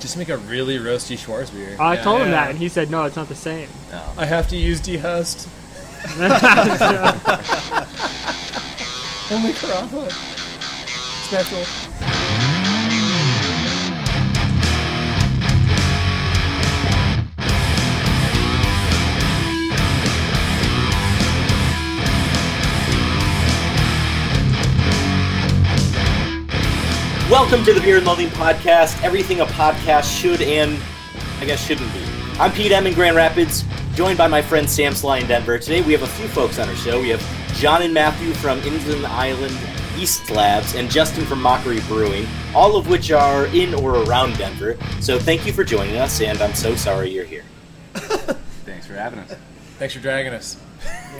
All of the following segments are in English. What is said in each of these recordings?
Just make a really roasty Schwarz beer. I Yeah. told him Yeah. that, and he said, "No, it's not the same." No. I have to use dehust. Only Carafa. Special. Welcome to the Beer Loving Podcast. Everything a podcast should and I guess shouldn't be. I'm Pete M in Grand Rapids, joined by my friend Sam Sly in Denver. Today we have a few folks on our show. We have John and Matthew from Inland Island East Labs and Justin from Mockery Brewing, all of which are in or around Denver. So thank you for joining us, and I'm so sorry you're here. Thanks for having us. Thanks for dragging us.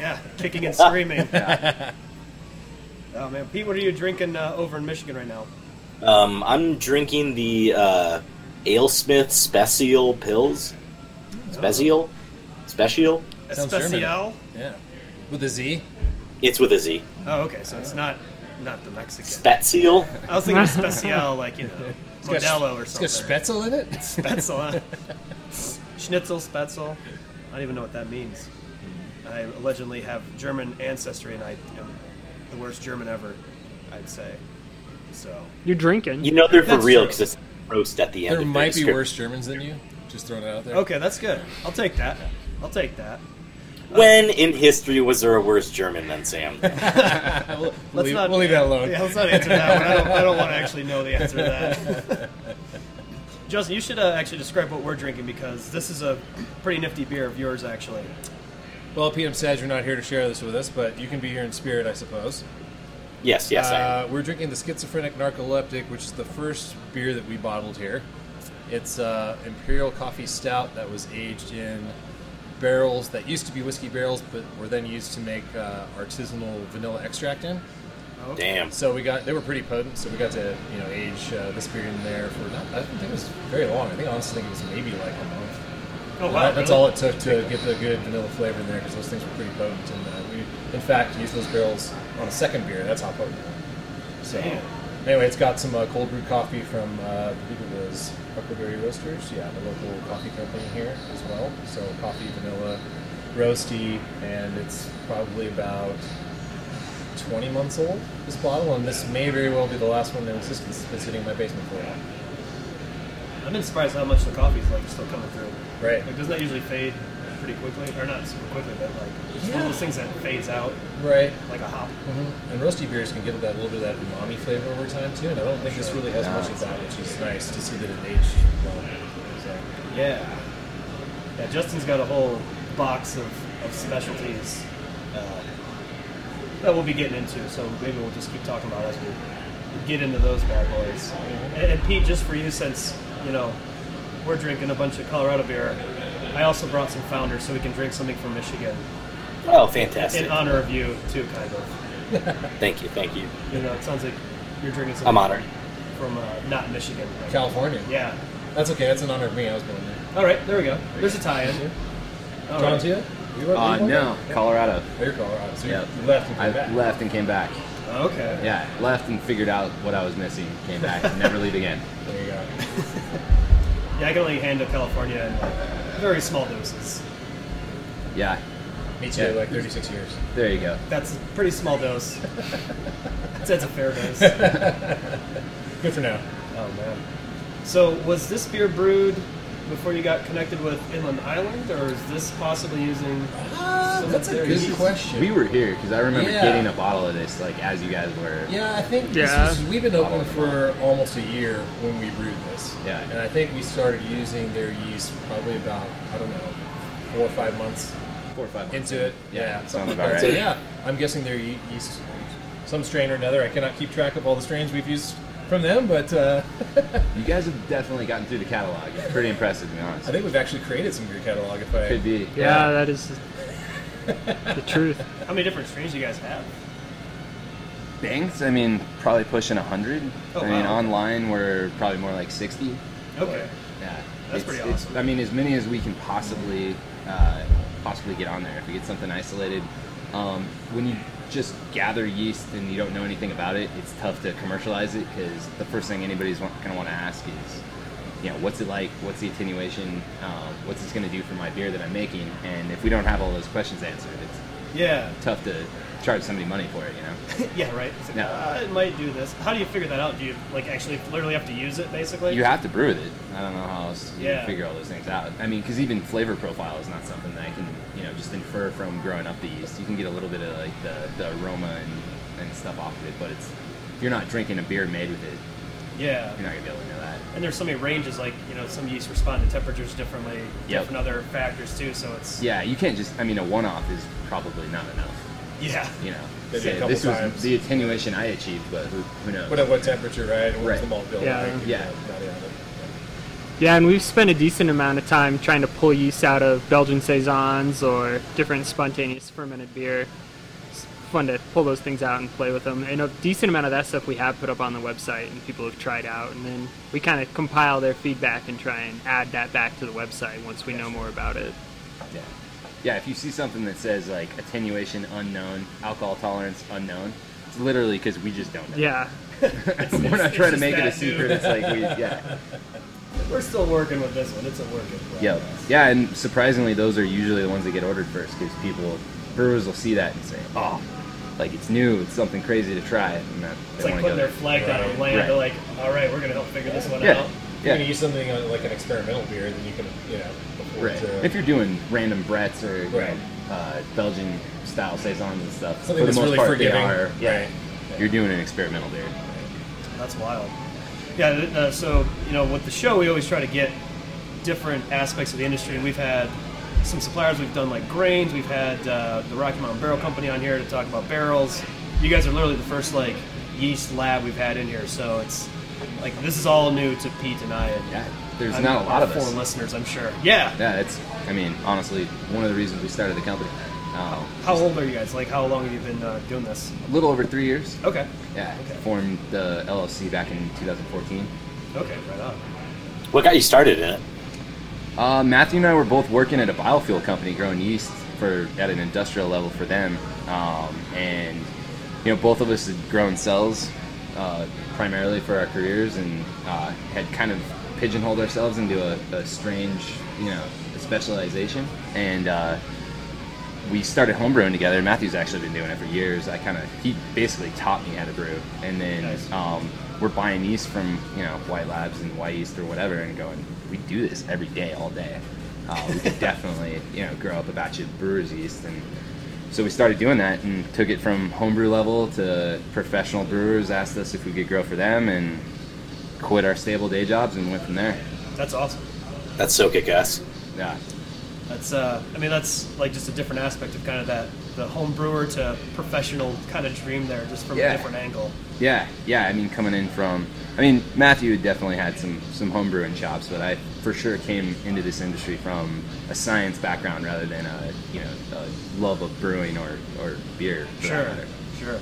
Yeah, kicking and screaming. Yeah. oh man, Pete, what are you drinking uh, over in Michigan right now? Um, I'm drinking the uh, Alesmith Special Pills. Special? Special? Sounds Especial. Yeah. With a Z? It's with a Z. Oh, okay, so it's not not the Mexican. Spetsiel? I was thinking special, like you know, It's got- Modelo or something. It's got Spetzel in it? Spetzel, huh? Schnitzel, Spetzel. I don't even know what that means. I allegedly have German ancestry, and I am the worst German ever, I'd say. So You're drinking. You know they're for That's real true. because it's roast at the end. There of might be script. worse Germans than you. Just throwing it out there. okay, that's good. I'll take that. I'll take that. When in history was there a worse German than Sam? we'll, we'll Let's leave, not we'll leave that alone. Yeah, let's not answer that one. I don't, I don't want to actually know the answer to that. Justin, you should uh, actually describe what we're drinking because this is a pretty nifty beer of yours, actually. Well, Pete, I'm sad you're not here to share this with us, but you can be here in spirit, I suppose. yes, yes, I am. Uh, we're drinking the Schizophrenic Narcoleptic, which is the first beer that we bottled here. It's uh, Imperial Coffee Stout that was aged in barrels that used to be whiskey barrels, but were then used to make uh, artisanal vanilla extract in. Uh, Damn. So we got they were pretty potent. So we got to you know age uh, this beer in there for not, I don't think it was very long. I think I honestly think it was maybe like a month. Oh, That- that's all it took to get the good vanilla flavor in there because those things were pretty potent. And uh, we, in fact, used those barrels on a second beer. That's how potent. they were. So Damn. anyway, it's got some uh, cold brew coffee from uh, I believe it was Huckleberry Roasters. Yeah, the local coffee company here as well. So coffee, vanilla, roasty, and it's probably about. 20 months old, this bottle, and this may very well be the last one that was just it's been sitting in my basement for a while. I've been surprised how much the coffee's like still coming through. Right. Like, doesn't that usually fade pretty quickly? Or not super quickly, but like it's one Yeah. of those things that fades out Right. like a hop. Mm-hmm. And roasty beers can give it that little bit of that umami flavor over time too, and I don't think this really has much of that, which is nice to see that it aged well. So, Yeah. Yeah. Justin's got a whole box of, of specialties uh, that we'll be getting into, so maybe we'll just keep talking about as we get into those bad boys. And, and Pete, just for you, since you know we're drinking a bunch of Colorado beer, I also brought some Founders so we can drink something from Michigan Oh, in fantastic. honor of you too, kind of. Thank you, thank you. You know, it sounds like you're drinking something. I'm honored. from uh, not Michigan. right? California. Yeah. That's okay. That's an honor of me. I was born there. All right, there we go. There's a tie-in. All John, right. to you? You were- Uh, you were no, there? Colorado. Oh, you're Colorado. So you- Yeah. you left and came I back. left and came back. Okay. Yeah, left and figured out what I was missing. Came back, never leave again. There you go. Yeah, I can only handle California in like, very small doses. Yeah, Me too. Yeah. Like 36 years. there you go. That's a pretty small dose. that's, that's a fair dose. Good for now. Oh man. So was this beer brewed before you got connected with Inland Island, or is this possibly using? Uh, So that's a there good you go. question. We were here because I remember Yeah. getting a bottle of this like as you guys were. Yeah, I think Yeah. this is, we've been open for almost a year when we brewed this. Yeah. And I think we started using their yeast probably about, I don't know, four or five months Four or five months. into it. Yeah, something sounds about that. So right. yeah, I'm guessing their ye- yeast, some strain or another. I cannot keep track of all the strains we've used from them, but uh, You guys have definitely gotten through the catalog. It's pretty impressive, to be honest. I think we've actually created some beer catalog. If I Could be. yeah, that is the truth. How many different strains do you guys have? Banks, I mean, probably pushing 100. Oh, I mean, wow. online we're probably more like 60. Okay. Yeah, That's it's, pretty it's- awesome. I mean, as many as we can possibly uh, possibly get on there. If we get something isolated, um, when you just gather yeast and you don't know anything about it, it's tough to commercialize it because the first thing anybody's going to want to ask is, you know, what's it like? What's the attenuation? Um, what's this going to do for my beer that I'm making? And if we don't have all those questions answered, it's Yeah. tough to charge somebody money for it, you know? yeah, right. It's like, No. "Uh, it might do this. How do you figure that out? Do you like actually literally have to use it basically? You have to brew with it. I don't know how else you Yeah. figure all those things out. I mean, because even flavor profile is not something that I can, you know, just infer from growing up the yeast. You can get a little bit of like the, the aroma and, and stuff off of it, but it's if you're not drinking a beer made with it, yeah. you're not gonna be able to know that. And there's so many ranges, like you know, some yeast respond to temperatures differently, Yep. different other factors too. So it's Yeah, you can't just. I mean, a one-off is probably not enough. yeah, You know, Maybe Say, a couple this was times. the attenuation I achieved, but who, who knows? But at what temperature, right? And what's Right. the malt bill? Yeah. like, Yeah. not out of it. Yeah, and we've spent a decent amount of time trying to pull yeast out of Belgian saisons or different spontaneous fermented beer. It's fun to pull those things out and play with them. And a decent amount of that stuff we have put up on the website and people have tried out. And then we kind of compile their feedback and try and add that back to the website once we know more about it. Yeah. Yeah, if you see something that says like attenuation unknown, alcohol tolerance unknown, it's literally because we just don't know. Yeah, We're not it's trying to just make it a that, dude. secret. It's like we, yeah, we're still working with this one. It's a work in progress. yeah, yeah. And surprisingly, those are usually the ones that get ordered first because people, brewers will see that and say, oh, like it's new, it's something crazy to try, and that It's they like want putting to go their there. flag down on land. Right. They're like, all right, we're gonna help figure this one Yeah, out. If You're yeah. gonna use something uh, like an experimental beer, then you can, you know, afford Right. to. If you're doing random brats or you know, Right. uh, Belgian style saisons and stuff, Something for the that's most really part, forgiving. they are. Yeah, Right. Yeah. you're doing an experimental beer. That's wild. Yeah, th- uh, so, you know, with the show, we always try to get different aspects of the industry, and we've had some suppliers, we've done like grains, we've had uh, the Rocky Mountain Barrel Company on here to talk about barrels. You guys are literally the first, like, yeast lab we've had in here, so it's like this is all new to Pete and I. And Yeah, there's I'm- not a lot of our us. four listeners, I'm sure. Yeah. Yeah, it's. I mean, honestly, one of the reasons we started the company. Um, How old are you guys? Like, how long have you been uh, doing this? a little over three years. Okay. Yeah, Okay. formed the LLC back in 2014. Okay, right on. What got you started in it? Uh, Matthew and I were both working at a biofuel company growing yeast for at an industrial level for them, um, and you know both of us had grown cells uh, primarily for our careers and uh, had kind of pigeonholed ourselves into a, a strange you know specialization and. Uh, we started homebrewing together. Matthew's actually been doing it for years. I kind of he basically taught me how to brew, and then Nice. um, we're buying yeast from you know White Labs and White Yeast or whatever, and going we do this every day, all day. Uh, we could definitely you know grow up a batch of brewer's yeast, and so we started doing that and took it from homebrew level to professional brewers. Asked us if we could grow for them, and quit our stable day jobs and went from there. That's awesome. That's so kick ass. Yeah, That's uh, I mean that's like just a different aspect of kind of that the home brewer to professional kind of dream there, just from Yeah. a different angle. Yeah, yeah. I mean, coming in from, I mean, Matthew had definitely had some some homebrewing chops, but I for sure came into this industry from a science background rather than a you know a love of brewing or or beer. for that Sure, matter. sure.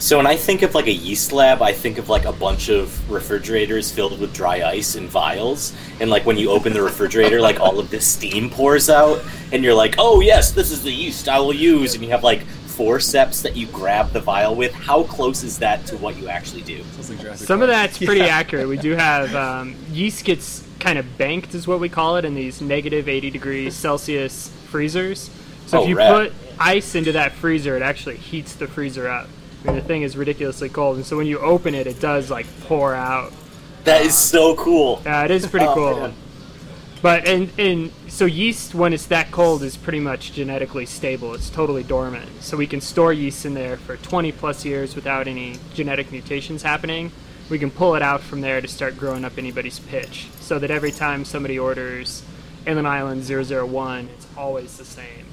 So when I think of like a yeast lab, I think of like a bunch of refrigerators filled with dry ice and vials, and like when you open the refrigerator, like all of this steam pours out, and you're like, oh yes, this is the yeast I will use, and you have like forceps that you grab the vial with. How close is that to what you actually do? Sounds like Jurassic Some of Park. that's pretty accurate. We do have um, yeast gets kind of banked, is what we call it, in these negative 80 degrees Celsius freezers. So Oh, if you rad. put ice into that freezer, it actually heats the freezer up. I mean, the thing is ridiculously cold, and so when you open it, it does like pour out. That is so cool. Yeah, it is pretty Oh, cool. man. But and and so yeast when it's that cold is pretty much genetically stable. It's totally dormant. So we can store yeast in there for 20 plus years without any genetic mutations happening. We can pull it out from there to start growing up anybody's pitch. So that every time somebody orders Inland Island 001, it's always the same.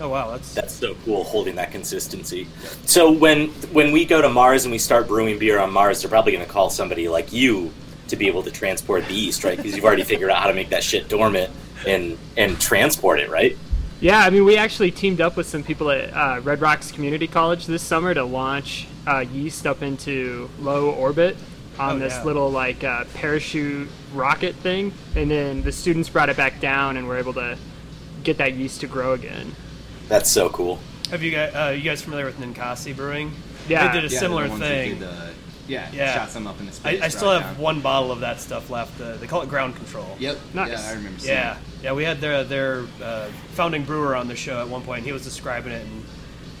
Oh wow, that's That's so cool, holding that consistency. So when when we go to Mars and we start brewing beer on Mars, they're probably going to call somebody like you to be able to transport the yeast, right? Because you've already figured out how to make that shit dormant and and transport it, right? Yeah, I mean, we actually teamed up with some people at uh, Red Rocks Community College this summer to launch uh, yeast up into low orbit on Oh, this yeah. little like uh, parachute rocket thing, and then the students brought it back down, and were able to get that yeast to grow again. That's so cool. have you guys uh, you guys familiar with Ninkasi Brewing? Yeah. they did a Yeah, similar the ones that thing. did the yeah, Yeah. shot some up in the space. I, I still right have now. one bottle of that stuff left. Uh, they call it ground control. Yep. Nice. Yeah, I remember. Seeing Yeah, yeah. We had their their uh, founding brewer on the show at one point. And he was describing it, and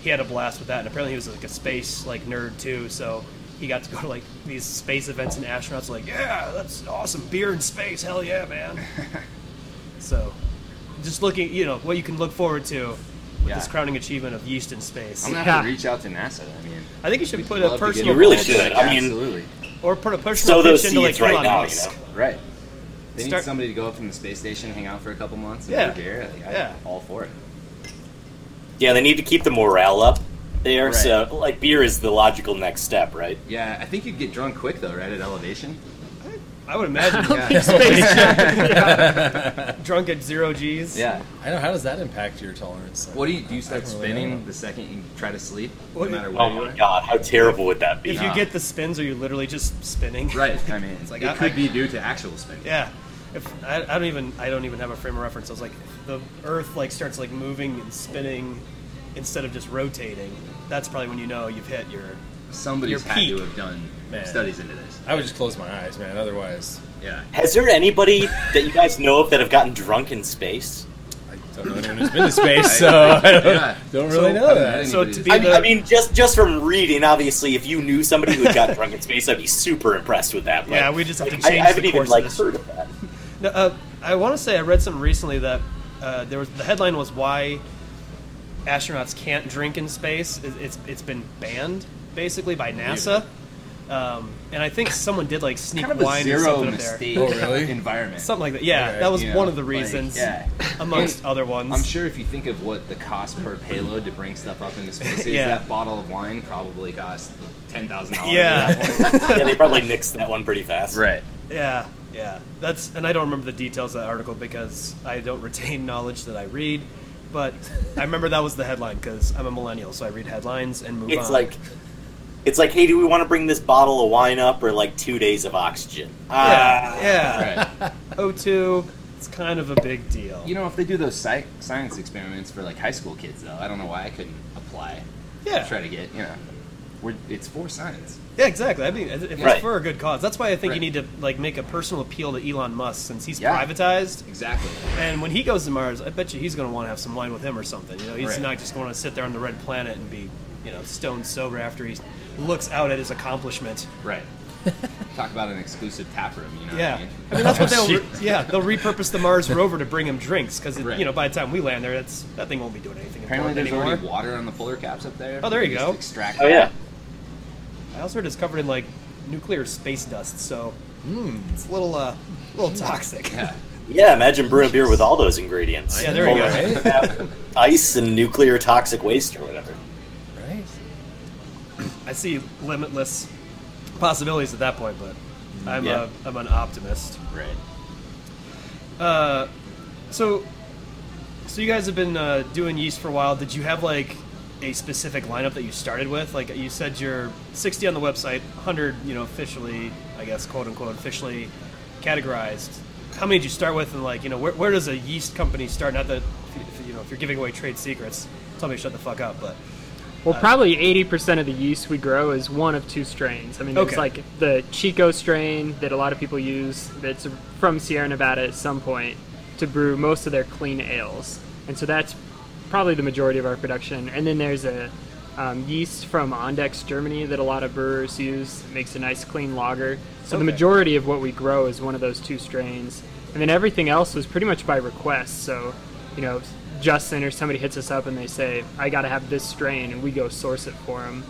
he had a blast with that. And apparently, he was like a space like nerd too. So he got to go to like these space events, and astronauts were like, yeah, that's awesome. Beer in space, hell yeah, man. so, just looking, you know, what you can look forward to with Yeah. this crowning achievement of yeast in space. I'm gonna have to Yeah. reach out to NASA. I mean, I think you should put love a to get personal. a You really pitch. pitch- should. I mean- absolutely. or put a personal Sow those pitch into like seeds right Elon now, you Musk. know. Right. They Start- need somebody to go up from the space station, hang out for a couple months, and Yeah. brew beer. Like, I, Yeah. All for it. Yeah, they need to keep the morale up there. Right. So, like, beer is the logical next step, right? Yeah, I think you'd get drunk quick though, right at elevation. I would imagine Yeah. drunk at zero G's. yeah. I know. How does that impact your tolerance? What do you do? You start I don't really spinning know. the second you try to sleep, What- no matter where Oh you my are. god, how terrible would that be? If you get the spins, are you literally just spinning? Right. I mean, it's like It it could could be due to actual spinning. Yeah. If I, I don't even I don't even have a frame of reference. I was like, the Earth like starts like moving and spinning instead of just rotating. That's probably when you know you've hit your. Somebody's Your had peak. to have done Man. studies into this. I would just close my eyes, man. Otherwise, Yeah. Has there anybody that you guys know of that have gotten drunk in space? I don't know anyone who's been to space, so I don't, Yeah. don't really So- know I that. mean, So Anybody to is- be I mean, the I mean, just just from reading, obviously, if you knew somebody who had gotten drunk in space, I'd be super impressed with that. Yeah, Like, we just have to I, I change the haven't even course of like this. heard of that. No, uh, I want to say I read something recently that uh, there was the headline was why astronauts can't drink in space. It- It's it's been banned basically by NASA, um, and I think someone did like sneak kind of a wine or zero something up there. mistake Oh, really? environment. Something like that. Yeah, Right, that was you know, one of the like, reasons, yeah. amongst And other ones. I'm sure if you think of what the cost per payload to bring stuff up into space is, Yeah. that bottle of wine probably cost ten thousand dollars. Yeah, yeah, they probably nixed that one pretty fast. Right. yeah, yeah. That's and I don't remember the details of that article because I don't retain knowledge that I read. But I remember that was the headline because I'm a millennial, so I read headlines and move It's on. like, it's like, hey, do we want to bring this bottle of wine up or like two days of oxygen? yeah, Ah, yeah. Right. O2, it's kind of a big deal. You know, if they do those sci- science experiments for like high school kids, though, I don't know why I couldn't apply. yeah, Try to get you know, we're, it's for science. yeah, exactly. I mean, if it's Right. for a good cause, that's why I think you Right. need to like make a personal appeal to Elon Musk since he's Yeah. privatized, Exactly. and when he goes to Mars, I bet you he's going to want to have some wine with him or something. You know, he's Right. not just going to sit there on the red planet and be, you know, stone sober after he looks out at his accomplishment. Right. Talk about an exclusive tap room. You know. Yeah, What I mean? I mean that's what Oh, they'll. re- yeah, they'll repurpose the Mars rover to bring him drinks because Right. you know by the time we land there, that's that thing won't be doing anything Apparently, important there's anymore. already water on the polar caps up there. Oh, there you Just go. Extract. Oh yeah. I also heard it's covered in like nuclear space dust, so it's a little uh, little toxic. Hmm. Yeah. Yeah, imagine brewing beer with all those ingredients. Yeah, there you go. Only have Ice and nuclear toxic waste or whatever. Right? I see limitless possibilities at that point, but I'm Yeah. a, I'm an optimist. Right. Uh, so, so you guys have been uh, doing yeast for a while. Did you have like a specific lineup that you started with? Like you said, you're 60 on the website, 100, you know, officially, I guess, quote unquote, officially categorized. How many did you start with, and like, you know, where, where does a yeast company start? Not that, if, if, you know, if you're giving away trade secrets, tell me to shut the fuck up. But Well, probably 80% of the yeast we grow is one of two strains. I mean, there's Okay. like the Chico strain that a lot of people use that's from Sierra Nevada at some point to brew most of their clean ales. And so that's probably the majority of our production. And then there's a um, yeast from Ondex, Germany, that a lot of brewers use. It makes a nice clean lager. So the Okay. majority of what we grow is one of those two strains. And then everything else was pretty much by request. So, you know, Justin or somebody hits us up and they say, I got to have this strain, and we go source it for them.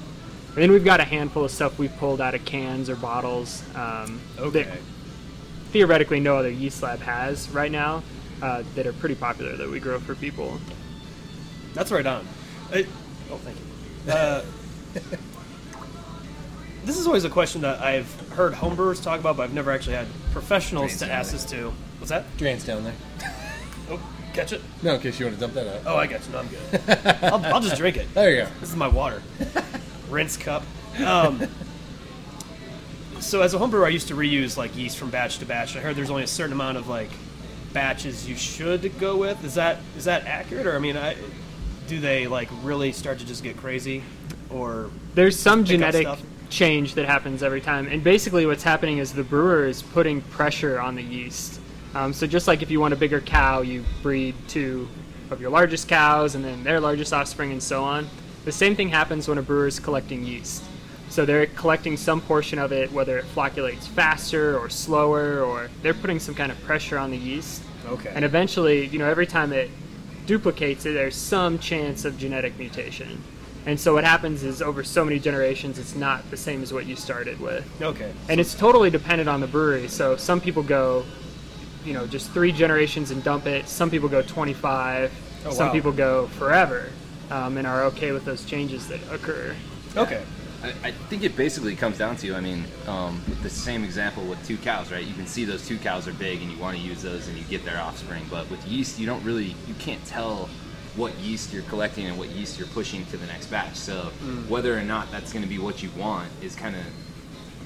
And then we've got a handful of stuff we've pulled out of cans or bottles um, okay. that theoretically no other yeast lab has right now uh, that are pretty popular that we grow for people. That's right on. I, oh, thank you. Uh, this is always a question that I've heard homebrewers talk about, but I've never actually had professionals Drains to down ask there. this to. What's that? Drain's down there. Oh, catch it. No, in case you want to dump that out. Oh, I got you. No, I'm good. I'll, I'll just drink it. There you go. This is my water. Rinse cup. Um, so as a homebrewer, I used to reuse like yeast from batch to batch. I heard there's only a certain amount of like batches you should go with. Is that is that accurate? Or I mean, I, do they like really start to just get crazy? Or There's some Pick up genetic stuff. change that happens every time. And basically, what's happening is the brewer is putting pressure on the yeast. Um, so just like if you want a bigger cow, you breed two of your largest cows and then their largest offspring and so on. The same thing happens when a brewer is collecting yeast. So they're collecting some portion of it, whether it flocculates faster or slower, or they're putting some kind of pressure on the yeast. Okay. And eventually, you know, every time it duplicates it, there's some chance of genetic mutation. And so what happens is over so many generations, it's not the same as what you started with. Okay. And it's totally dependent on the brewery. So some people go, you know, just three generations and dump it. Some people go 25. Oh, some wow. people go forever um, and are okay with those changes that occur. Okay. I, I think it basically comes down to, I mean, um, with the same example with two cows, right? You can see those two cows are big, and you want to use those, and you get their offspring. But with yeast, you don't really, you can't tell what yeast you're collecting and what yeast you're pushing to the next batch. So whether or not that's going to be what you want is kind of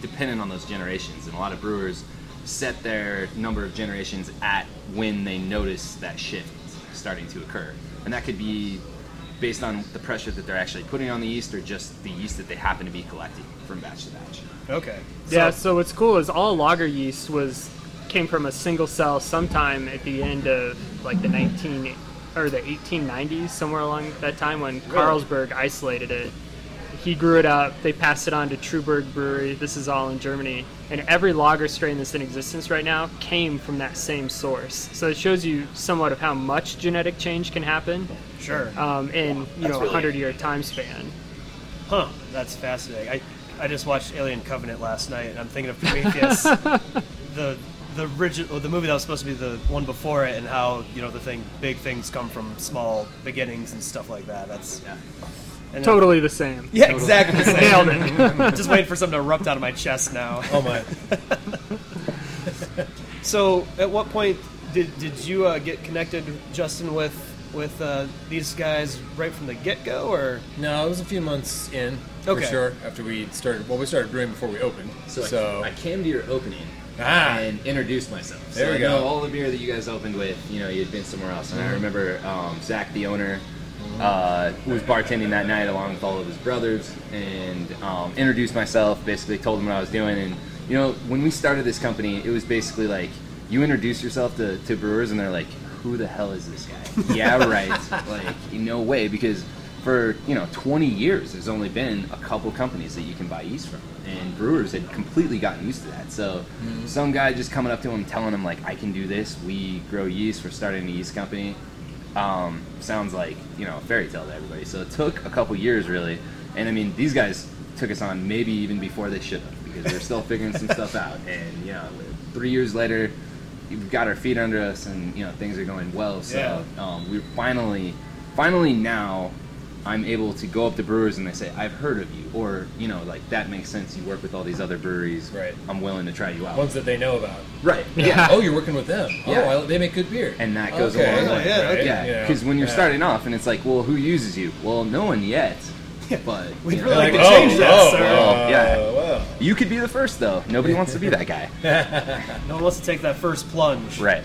dependent on those generations. And a lot of brewers set their number of generations at when they notice that shift starting to occur, and that could be based on the pressure that they're actually putting on the yeast or just the yeast that they happen to be collecting from batch to batch. Okay. yeah. So what's cool is all lager yeast was came from a single cell sometime at the end of like the 19 or the 1890s, somewhere along that time when Carlsberg isolated it. He grew it up. They passed it on to Truberg Brewery. This is all in Germany, and every lager strain that's in existence right now came from that same source. So it shows you somewhat of how much genetic change can happen Sure. um, in you That's know a really- hundred year time span. Huh, that's fascinating. I, I just watched Alien Covenant last night, and I'm thinking of Prometheus, the the rigid, or the movie that was supposed to be the one before it, and how you know the thing, big things come from small beginnings and stuff like that. That's yeah, and uh, Totally the same. Yeah, exactly. the same. Nailed it. just waiting for something to erupt out of my chest now. Oh my! So, at what point did did you uh, get connected, Justin, with with uh, these guys right from the get go, or No, it was a few months in Okay. for sure. After we started, well, we started brewing before we opened. So, I, came to your opening Ah. and introduced myself. So There we I know go. Mm-hmm. all the beer that you guys opened with, you know, you had been somewhere else. And I remember um, Zach, the owner, uh, was bartending that night along with all of his brothers and um, introduced myself, basically told him what I was doing. And, you know, when we started this company, it was basically like you introduce yourself to, to brewers and they're like, who the hell is this guy? yeah, right. Like, no way. Because for, you know, 20 years, there's only been a couple companies that you can buy yeast from. And brewers had completely gotten used to that. So some guy just coming up to him, telling him, like, I can do this. We grow yeast. We're starting a yeast company um, sounds like you know a fairy tale to everybody. So it took a couple years really, and I mean these guys took us on maybe even before they should have because they're still figuring some stuff out. And you know, three years later, we've got our feet under us, and you know things are going well. So Yeah. um, we're finally, finally now. I'm able to go up to brewers and they say, "I've heard of you," or you know, like that makes sense. You work with all these other breweries. Right. I'm willing to try you out. ones that they know about. right. Yeah. Oh, you're working with them. Yeah. Oh, I, they make good beer. And that goes okay. Oh, a long Yeah, way. yeah, okay. Yeah, because when you're Yeah. starting off and it's like, well, who uses you? Well, no one yet. But We'd you, know, really like to oh, change that, oh, sir. Oh, yeah. uh, well. you could be the first though. Nobody wants to be that guy. no one wants to take that first plunge? Right.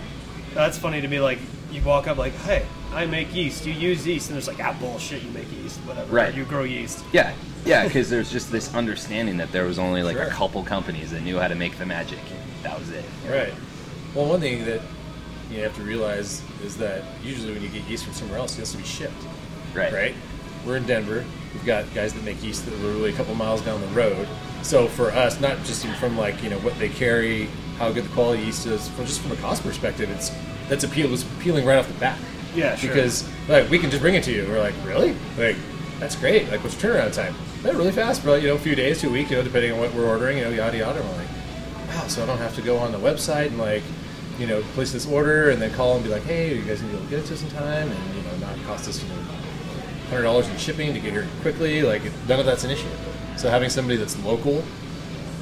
That's funny to me. Like you walk up, like, "Hey, I make yeast. You use yeast," and there's like, "Ah, bullshit. You make yeast, whatever. or Right. You grow yeast." Yeah. Yeah. Because there's just this understanding that there was only like Sure. a couple companies that knew how to make the magic. And that was it. Right. Well, one thing that you have to realize is that usually when you get yeast from somewhere else, it has to be shipped. Right. right? We're in Denver. We've got guys that make yeast that are literally a couple miles down the road. So for us, not just even from like you know what they carry, how good the quality yeast is, but just from a cost perspective, it's that's appeal was appealing right off the bat. Yeah, sure. Because like we can just bring it to you. We're like, really? Like that's great. Like what's your turnaround time? They're really fast, bro. You know, a few days to a week, you know, depending on what we're ordering, you know, yada yada. And we're like, wow. So I don't have to go on the website and like. You know, place this order and then call and be like, "Hey, are you guys gonna be able to get it to us in time?" And you know, not cost us you know hundred dollars in shipping to get here quickly. Like it- none of that's an issue. So having somebody that's local,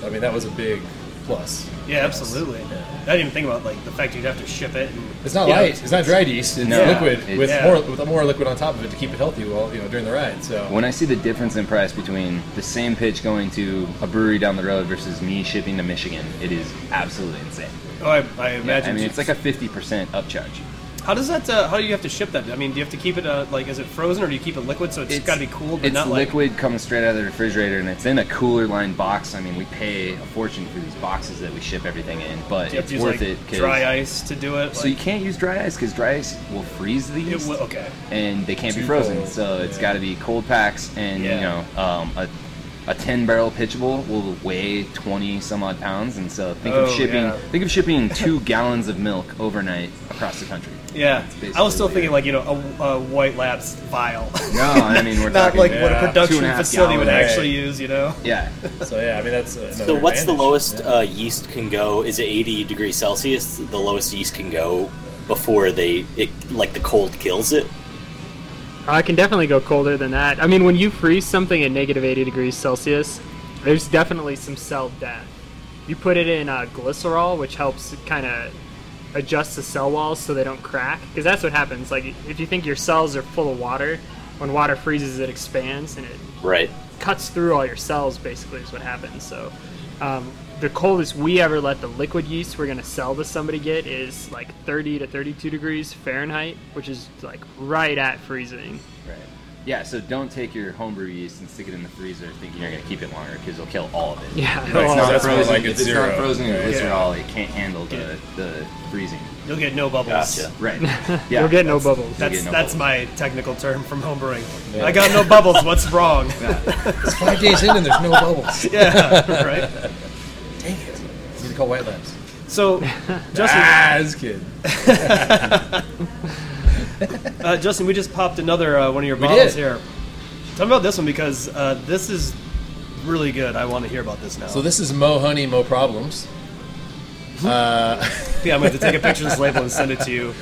I mean, that was a big plus. Yeah, absolutely. I didn't even think about like the fact you'd have to ship it. And, It's not you know, light. It's not dried yeast. It's No, liquid it's- with Yeah. more with more liquid on top of it to keep it healthy. While you know during the ride. So When I see the difference in price between the same pitch going to a brewery down the road versus me shipping to Michigan, it is absolutely insane. Oh, I, I imagine. I mean, it's like a 50% upcharge. How does that? Uh, how do you have to ship that? I mean, do you have to keep it uh, like is it frozen or do you keep it liquid? So it's got to be cool, but it's not like liquid coming straight out of the refrigerator, and it's in a cooler line box. I mean, we pay a fortune for these boxes that we ship everything in, but do you have it's to use worth like it. 'cause- dry ice to do it. So you Like, can't use dry ice because dry ice will freeze the it yeast, will, okay. and they can't be Too frozen. cold. So it's Yeah. got to be cold packs, and you Yeah. know, um, a a ten barrel pitchable will weigh twenty some odd pounds, and so think of Oh, shipping yeah. think of shipping two gallons of milk overnight across the country. Yeah, That's basically I was still what it thinking is. like you know a, a white labs vial. No, I mean we're not talking like what yeah, two a production and a half facility would gallon, actually right. use. You know. yeah. So yeah, I mean that's. Another So what's the advantage. lowest Yeah. uh, yeast can go? Is it 80 degrees Celsius? The lowest yeast can go before they it like the cold kills it. I can definitely go colder than that. I mean, when you freeze something at negative 80 degrees Celsius, there's definitely some cell death. You put it in uh, glycerol, which helps kind of adjust the cell walls so they don't crack. Because that's what happens. Like, if you think your cells are full of water, when water freezes, it expands and it Right. cuts through all your cells, basically, is what happens. So, um, the coldest we ever let the liquid yeast we're going to sell to somebody get is like 30 to 32 degrees Fahrenheit, which is like right at freezing. Right. Yeah, so don't take your homebrew yeast and stick it in the freezer thinking you're going to keep it longer because it'll kill all of it. Yeah, If it'll it's all- not That's more frozen, like if it's it's not zero. frozen in Yeah. glycerol, it can't handle Yeah. the, the freezing. You'll get no bubbles. Gotcha. Right. You'll get no bubbles. You'll That's get no that's bubbles. my technical term from homebrewing. Yeah. I got no bubbles. What's wrong? It's five days in and there's no bubbles. yeah, right. Dang it! You need to call White Labs. So, Justin, ah, this kid. uh, Justin, we just popped another uh, one of your We bottles did. here. Tell me about this one because uh, this is really good. I want to hear about this now. So this is Mo Honey Mo Problems. Uh, yeah, I'm going to take a picture of this label and send it to you.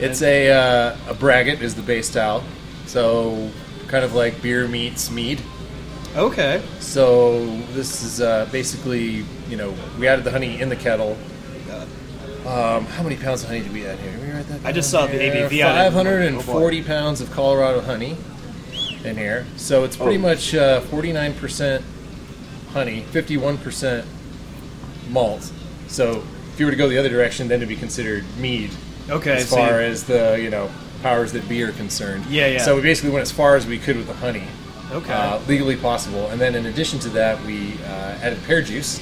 it's a uh, a braggot is the base style, so kind of like beer meets mead. Okay. So this is uh, basically you know we added the honey in the kettle. Uh, Um, how many pounds of honey did we add here? Did we write that I just down saw the here? ABV on it. Oh, 540 pounds of Colorado honey in here. So it's Oh. pretty much uh, 49% honey, 51% malt. So if you were to go the other direction, then it'd be considered mead Okay. as so far you- as the you know powers that be are concerned. Yeah, yeah. So we basically went as far as we could with the honey, okay. uh, legally possible. And then in addition to that, we uh, added pear juice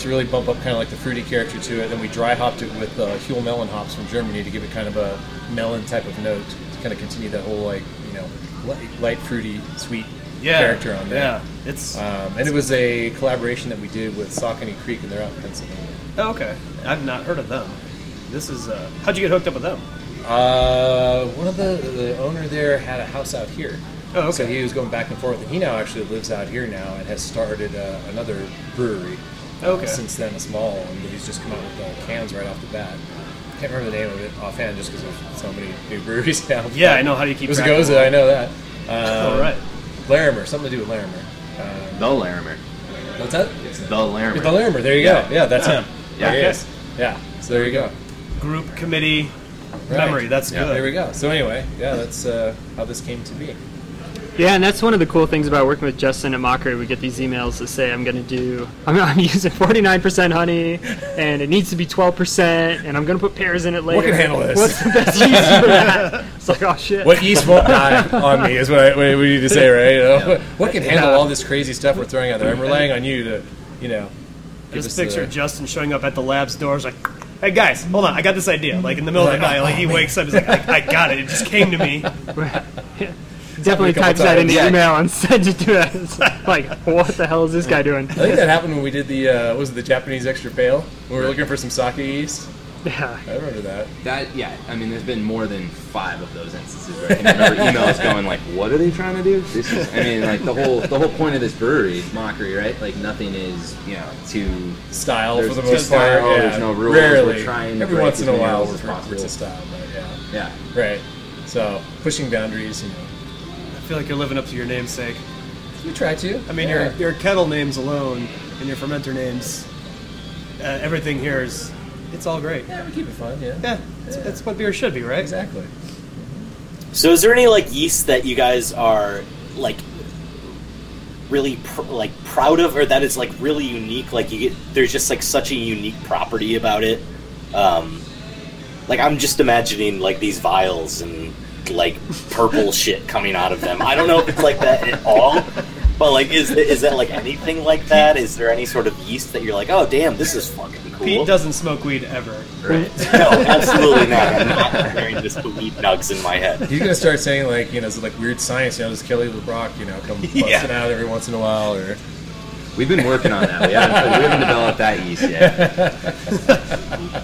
to really bump up kind of like the fruity character to it. Then we dry hopped it with uh, Huel melon hops from Germany to give it kind of a melon type of note to kind of continue that whole like you know light, light fruity sweet yeah. character on there. Yeah. It's Um, and it was a collaboration that we did with Saucony Creek, and they're out in Pennsylvania. oh, okay. I've not heard of them. This is uh, how'd you get hooked up with them? Uh, one of the the owner there had a house out here. Oh, okay. So he was going back and forth, and he now actually lives out here now and has started uh, another brewery. uh, Okay. Since then, a small, and he's just come out with uh, cans right off the bat. Can't remember the name of it offhand, just because there's so many new breweries now. Yeah, I know. How do you keep It was track of Goza, them? I know that. Uh, All right. Larimer, something to do with Larimer. Um, The Larimer. what's that? It's the Larimer. The Larimer. There you Yeah. go. Yeah, that's him. Yeah. There he is. Yeah. So there you go. Group committee Right. memory. That's Yeah, good. There we go. So anyway, yeah, that's uh, how this came to be. Yeah, and that's one of the cool things about working with Justin and Mockery. We get these emails that say, I'm going to do, I'm, I'm using 49% honey, and it needs to be 12%, and I'm going to put pears in it later. can handle this? What's the best yeast for that? It's like, oh shit. What yeast won't die on me is what, I, what we need to say, right? You know? What can handle Yeah. all this crazy stuff we're throwing out there? I'm relying on you to, you know, give us Just picture the, Justin showing up at the lab's doors like, "Hey guys, hold on, I got this idea." Like in the middle of the night, like he Oh, wakes up, he's like, "I, I got it. It just came to me." Yeah. Definitely a couple types that in the times. email and sends it to us. Like, what the hell is this guy doing? I think that happened when we did the uh, what was it the Japanese extra pale? We were looking for some sake yeast. Yeah. I remember that. That, yeah, I mean, there's been more than five of those instances where I can remember emails going like, what are they trying to do? This is, I mean, like, the whole the whole point of this brewery is mockery, right? Like, nothing is, you know, too... Style There's for the no most part. style, yeah. there's no rules, we're Rarely, trying to every break once in as a many while rules we're as possible. it's a style, but yeah, Yeah. right. So pushing boundaries, you know, I feel like you're living up to your namesake. we try to. I mean, yeah. your your kettle names alone and your fermenter names, uh, everything here is, it's all great. yeah, we keep it fun, yeah, Yeah, that's, that's what beer should be, right? exactly. So is there any like yeast that you guys are like really pr- like proud of, or that is like really unique? Like you get there's just like such a unique property about it. Um, Like I'm just imagining like these vials and like purple shit coming out of them. I don't know if it's like that at all. But like, is is that like anything like that? Is there any sort of yeast that you're like, oh damn, this is fucking cool? Pete doesn't smoke weed ever. Right. No, absolutely not. I'm not preparing this to weed nugs in my head. He's gonna start saying like, you know, it's like weird science. You know, does Kelly LeBrock, you know, come busting Yeah. out every once in a while, or We've been working on that. We haven't, we haven't developed that yeast yet.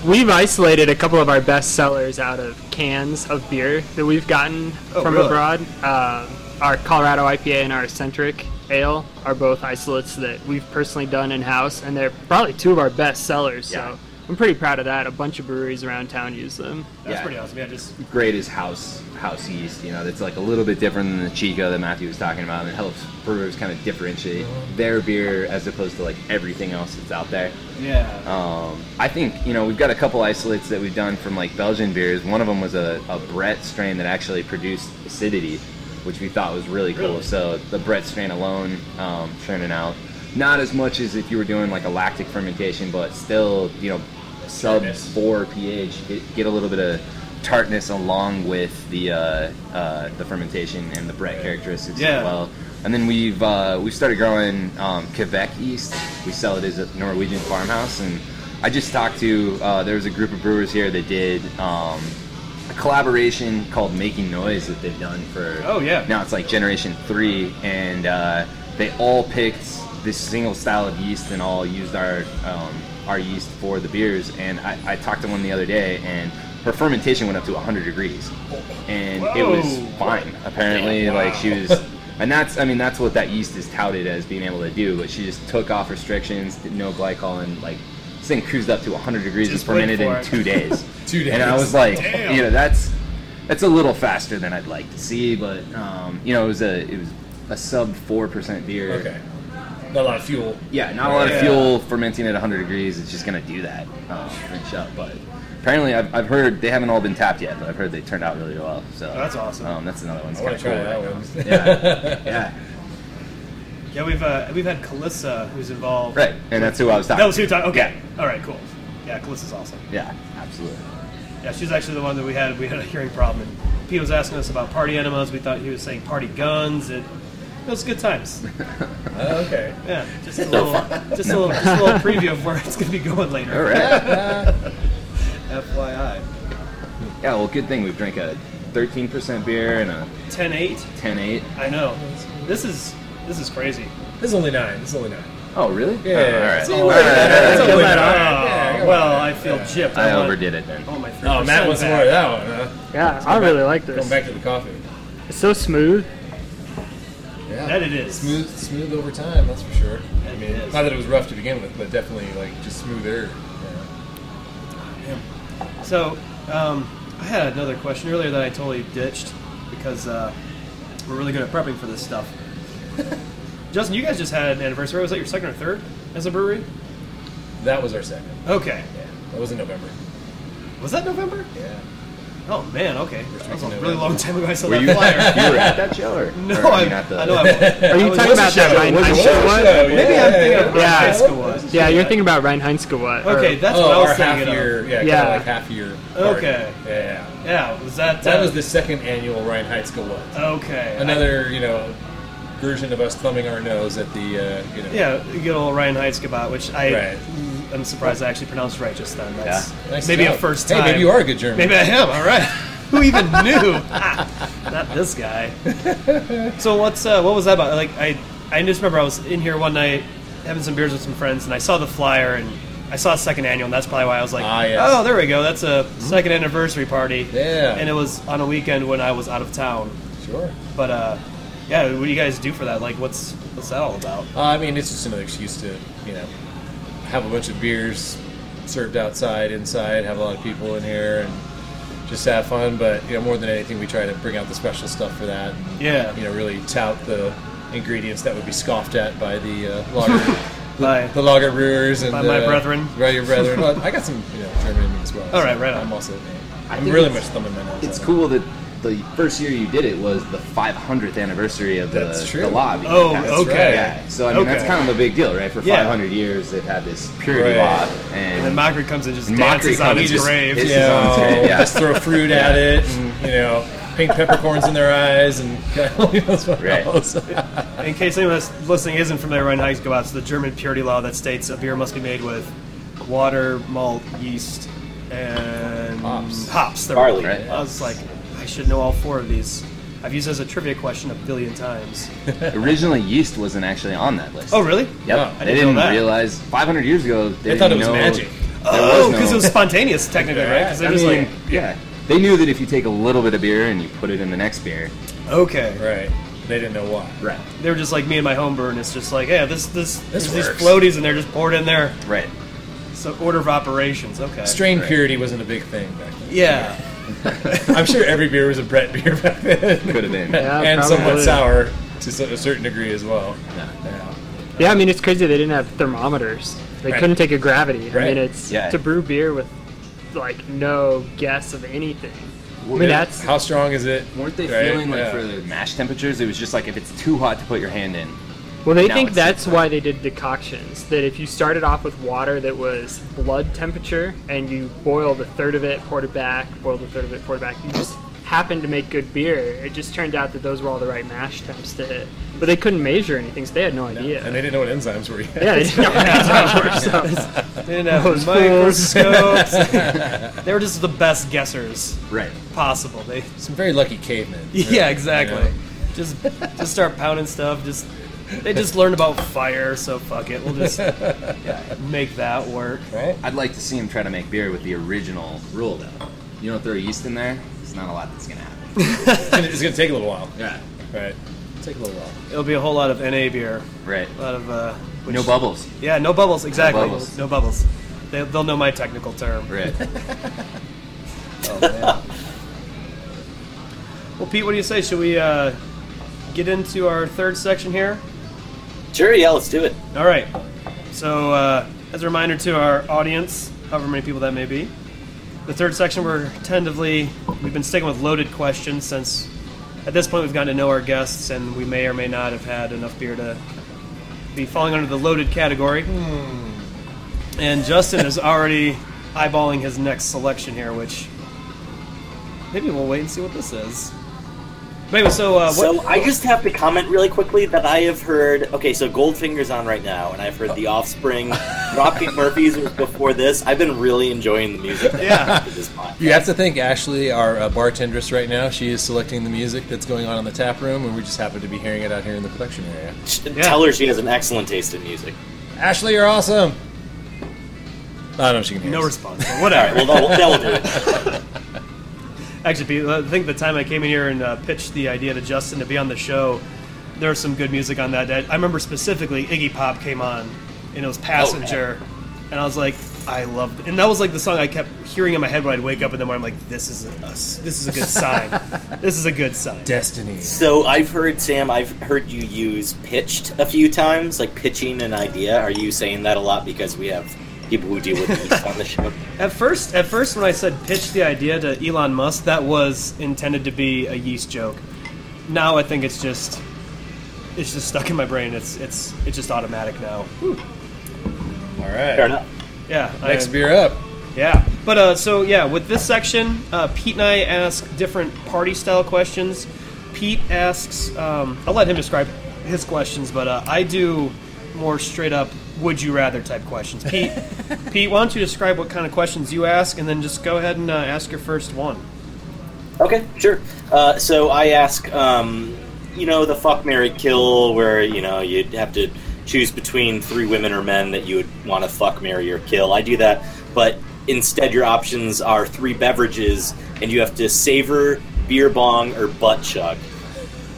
We've isolated a couple of our best sellers out of cans of beer that we've gotten Oh, from really? abroad. Um, our Colorado IPA and our Eccentric Ale are both isolates that we've personally done in house, and they're probably two of our best sellers. Yeah. So I'm pretty proud of that. A bunch of breweries around town use them. That's Yeah. pretty awesome. Yeah, just Oh. Great is house house yeast. You know, that's like a little bit different than the Chico that Matthew was talking about. It helps brewers kind of differentiate their beer as opposed to like everything else that's out there. yeah. Um, I think you know we've got a couple isolates that we've done from like Belgian beers. One of them was a, a Brett strain that actually produced acidity, which we thought was really cool. Really? So the Brett strain alone um, churning out not as much as if you were doing like a lactic fermentation, but still you know sub Tartness. four pH get, get a little bit of tartness along with the uh, uh, the fermentation and the Brett characteristics Yeah. as well. And then we've uh, we've started growing um, Quebec yeast. We sell it as a Norwegian farmhouse. And I just talked to uh, there was a group of brewers here that did um, a collaboration called Making Noise that they've done for Oh, yeah. now it's like Generation Three, and uh, they all picked this single style of yeast and all used our um, our yeast for the beers. And I, I talked to one the other day, and her fermentation went up to 100 degrees, and it was Whoa. fine apparently Damn, wow. like she was and that's i mean that's what that yeast is touted as being able to do but she just took off restrictions did no glycol and like this thing cruised up to 100 degrees Just and fermented wait for in it. two days Two and i days. was like Damn. you know that's that's a little faster than i'd like to see but um, you know it was a it was a sub 4% beer okay, not a lot of fuel. yeah, not a lot Yeah. of fuel fermenting at 100 degrees. It's just gonna do that. Um, finish up, but apparently I've, I've heard they haven't all been tapped yet, but I've heard they turned out really well. So That's awesome. Um, that's another one. that's I want to try kinda that cool one. right now. Yeah, yeah, yeah, we've uh, we've had Calissa who's involved. right. And that's who I was talking. That was who you're talking. Okay. Yeah. All right. Cool. Yeah, Calissa's awesome. Yeah, absolutely. Yeah, she's actually the one that we had. We had a hearing problem. And Pete was asking us about party enemas. We thought he was saying party guns. It, it was good times. Oh, okay. Yeah, just a little, just a little, just a little preview of where it's going to be going later. All right. FYI, yeah. Well, good thing we've drank a 13% beer and a 10-8. 10.8. I know. This is this is crazy. This is only nine. This is only nine. Oh, really? Yeah, Oh, all right. it's All only right, nine. all right, It's all right. only Oh, nine. Yeah, come well, on. I feel gypped. I want- overdid it then. Oh my! 3% Oh, Matt wants back. more of that one. Huh? Yeah, I really like Going this. back to the coffee. It's so smooth. Yeah. That it is. Smooth, smooth over time. That's for sure. I That mean, it is. not that it was rough to begin with, but definitely like just smoother. So, um, I had another question earlier that I totally ditched because uh, we're really good at prepping for this stuff. Justin, you guys just had an anniversary. Was that your second or third as a brewery? That was our second. Okay. Yeah, that was in November. Was that November? Yeah. Oh man, okay. That was a week in really November. long time ago. I saw Were that you, you were flyer. at that show or? No, or I, not the- I know. I, Are you was- talking about that Ryan It was a Heinz show? show, Maybe yeah, I'm thinking of yeah, what high Yeah. school was. Yeah, you're thinking about Ryan Heinzkowa. or- Okay, that's oh, what I our was half thinking year. of. Yeah, Yeah. Kinda like half year. party. Okay. Yeah, yeah. Yeah, was that? That uh, was the second annual Ryan Heights Go Wild. Okay. I- Another, you know, version of us thumbing our nose at the, uh, you know. Yeah, good old Ryan Heitzkebot, which I Right. am surprised I actually pronounced right just then. That's Yeah. Nice maybe a job. first Hey, time. maybe you are a good German. Maybe I am. All right. Who even knew? Ah, not this guy. so what's uh, what was that about? Like I I just remember I was in here one night having some beers with some friends, and I saw the flyer and. I saw second annual, and that's probably why I was like, Ah, yes. Mm-hmm. "Oh, there we go. That's a second anniversary party." Yeah. and it was on a weekend when I was out of town. Sure. But uh, yeah, what do you guys do for that? Like, what's what's that all about? Uh, I mean, it's just another excuse to, you know, have a bunch of beers served outside, inside, have a lot of people in here, and just have fun. But, you know, more than anything, we try to bring out the special stuff for that. And, Yeah. You know, really tout the ingredients that would be scoffed at by the uh, lager. Bye. The lager brewers and By my uh, brethren. by your brethren. Well, I got some you know, German in me as well. All right, right on. I'm also. I I'm think really much it's- thumbing my nose. it's at it. cool that the first year you did it was the 500th anniversary of the, That's true. the lobby. Oh, That's okay. right. Yeah. So I mean, that's Okay. kind of a big deal, right? For Yeah. 500 years, they've had this purity Right. law, And then and, Mockery comes and just and dances on comes his just- grave. it's you just on his know, grave, yeah. just throw fruit at it, and you know, pink peppercorns in their eyes, and who knows what Right. else. In case anyone that's listening isn't familiar, Ryan Hikes go out. It's the German purity law that states a beer must be made with water, malt, yeast, and Hops. Hops. They're- Barley. Right. I was like, I should know all four of these. I've used it as a trivia question a billion times. Originally, yeast wasn't actually on that list. Oh, really? Wow. Yep. They I didn't know didn't that. realize 500 years ago. They, They thought didn't it was know magic. there Oh, was because no- it was spontaneous, technically, right? Because I they're just mean, like, yeah. They knew that if you take a little bit of beer and you put it in the next beer, okay. Right. They didn't know why. right, They were just like me and my homebrew, and it's just like, yeah, this this, This there's these works. floaties, and they're just poured in there. right, So order of operations, okay. Strain Right. purity wasn't a big thing back Yeah. then. I'm sure every beer was a Brett beer back then. could have been. Yeah, and probably. somewhat sour to s- a certain degree as well. Yeah. Yeah. Yeah, I mean it's crazy they didn't have thermometers. They Right. couldn't take a gravity. I Right. mean it's Yeah. to brew beer with like no guess of anything. I mean that's how strong is it? Weren't they Right, feeling like yeah. for the mash temperatures? It was just like if it's too hot to put your hand in. well they now think it's that's different. why they did decoctions. That if you started off with water that was blood temperature and you boiled a third of it, poured it back, boiled a third of it, poured it back, you just happened to make good beer. It just turned out that those were all the right mash temps to hit. But they couldn't measure anything, so they had no idea. And they didn't know what enzymes were yet. yeah, they didn't know what enzymes were, so- They didn't have Those fools. microscopes. they were just the best guessers Right. possible. They, Some very lucky cavemen. yeah, exactly. You know. Just, just start pounding stuff. Just, they just learned about fire, so fuck it. We'll just yeah, make that work. Right? I'd like to see him try to make beer with the original rule though. You don't throw yeast in there. It's not a lot that's gonna happen. It's gonna- It's going to take a little while. yeah. Right. Take a little while. It'll be a whole lot of NA beer, Right. a lot of uh, which- no bubbles. Yeah, no bubbles. Exactly. No bubbles. bubbles. They, they'll know my technical term. Right. Well, Pete, what do you say? Should we uh, get into our third section here? Sure, yeah, let's do it. All right. So, uh, as a reminder to our audience, however many people that may be, the third section we're tentatively we've been sticking with loaded questions since at this point we've gotten to know our guests and we may or may not have had enough beer to be falling under the loaded category. And Justin is already eyeballing his next selection here, which maybe we'll wait and see what this is. But anyway, so uh, what? So I just have to comment really quickly that I have heard. Okay, so Goldfinger's on right now, and I've heard The Offspring. Rocky Murphy's was before this. I've been really enjoying the music. Yeah. for this podcast. You have to thank Ashley, our uh, bartendress right now. She is selecting the music that's going on in the tap room, and we just happen to be hearing it out here in the production area. Tell her she has an excellent taste in music. Ashley, you're awesome. I don't know if she can hear no us. response. All Whatever. right, well that will, that will do it. Actually, Pete, I think the time I came in here and uh, pitched the idea to Justin to be on the show, there was some good music on that. I I remember specifically Iggy Pop came on, and it was Passenger, and I was like, I love, it. and that was like the song I kept hearing in my head when I'd wake up in the morning. I'm like, this is a this is a good sign. this is a good sign. Destiny. So I've heard Sam. I've heard you use pitched a few times, like pitching an idea. Are you saying that a lot because we have people who deal with pitch on the show? At first, at first, when I said pitch the idea to Elon Musk, that was intended to be a yeast joke. Now I think it's just, it's just stuck in my brain. It's it's it's just automatic now. All Fair right. enough. Yeah. Next I- beer up. Yeah, but uh, so yeah, with this section, uh, Pete and I ask different party style questions. Pete asks, um, I'll let him describe his questions, but uh, I do more straight up would you rather type questions. Pete, Pete, why don't you describe what kind of questions you ask, and then just go ahead and uh, ask your first one. Okay, sure. Uh, so I ask, um, you know, the fuck Mary kill, where you know you'd have to choose between three women or men that you would want to fuck, marry, or kill. I do that, but instead your options are three beverages, and you have to savor, beer bong, or butt chug.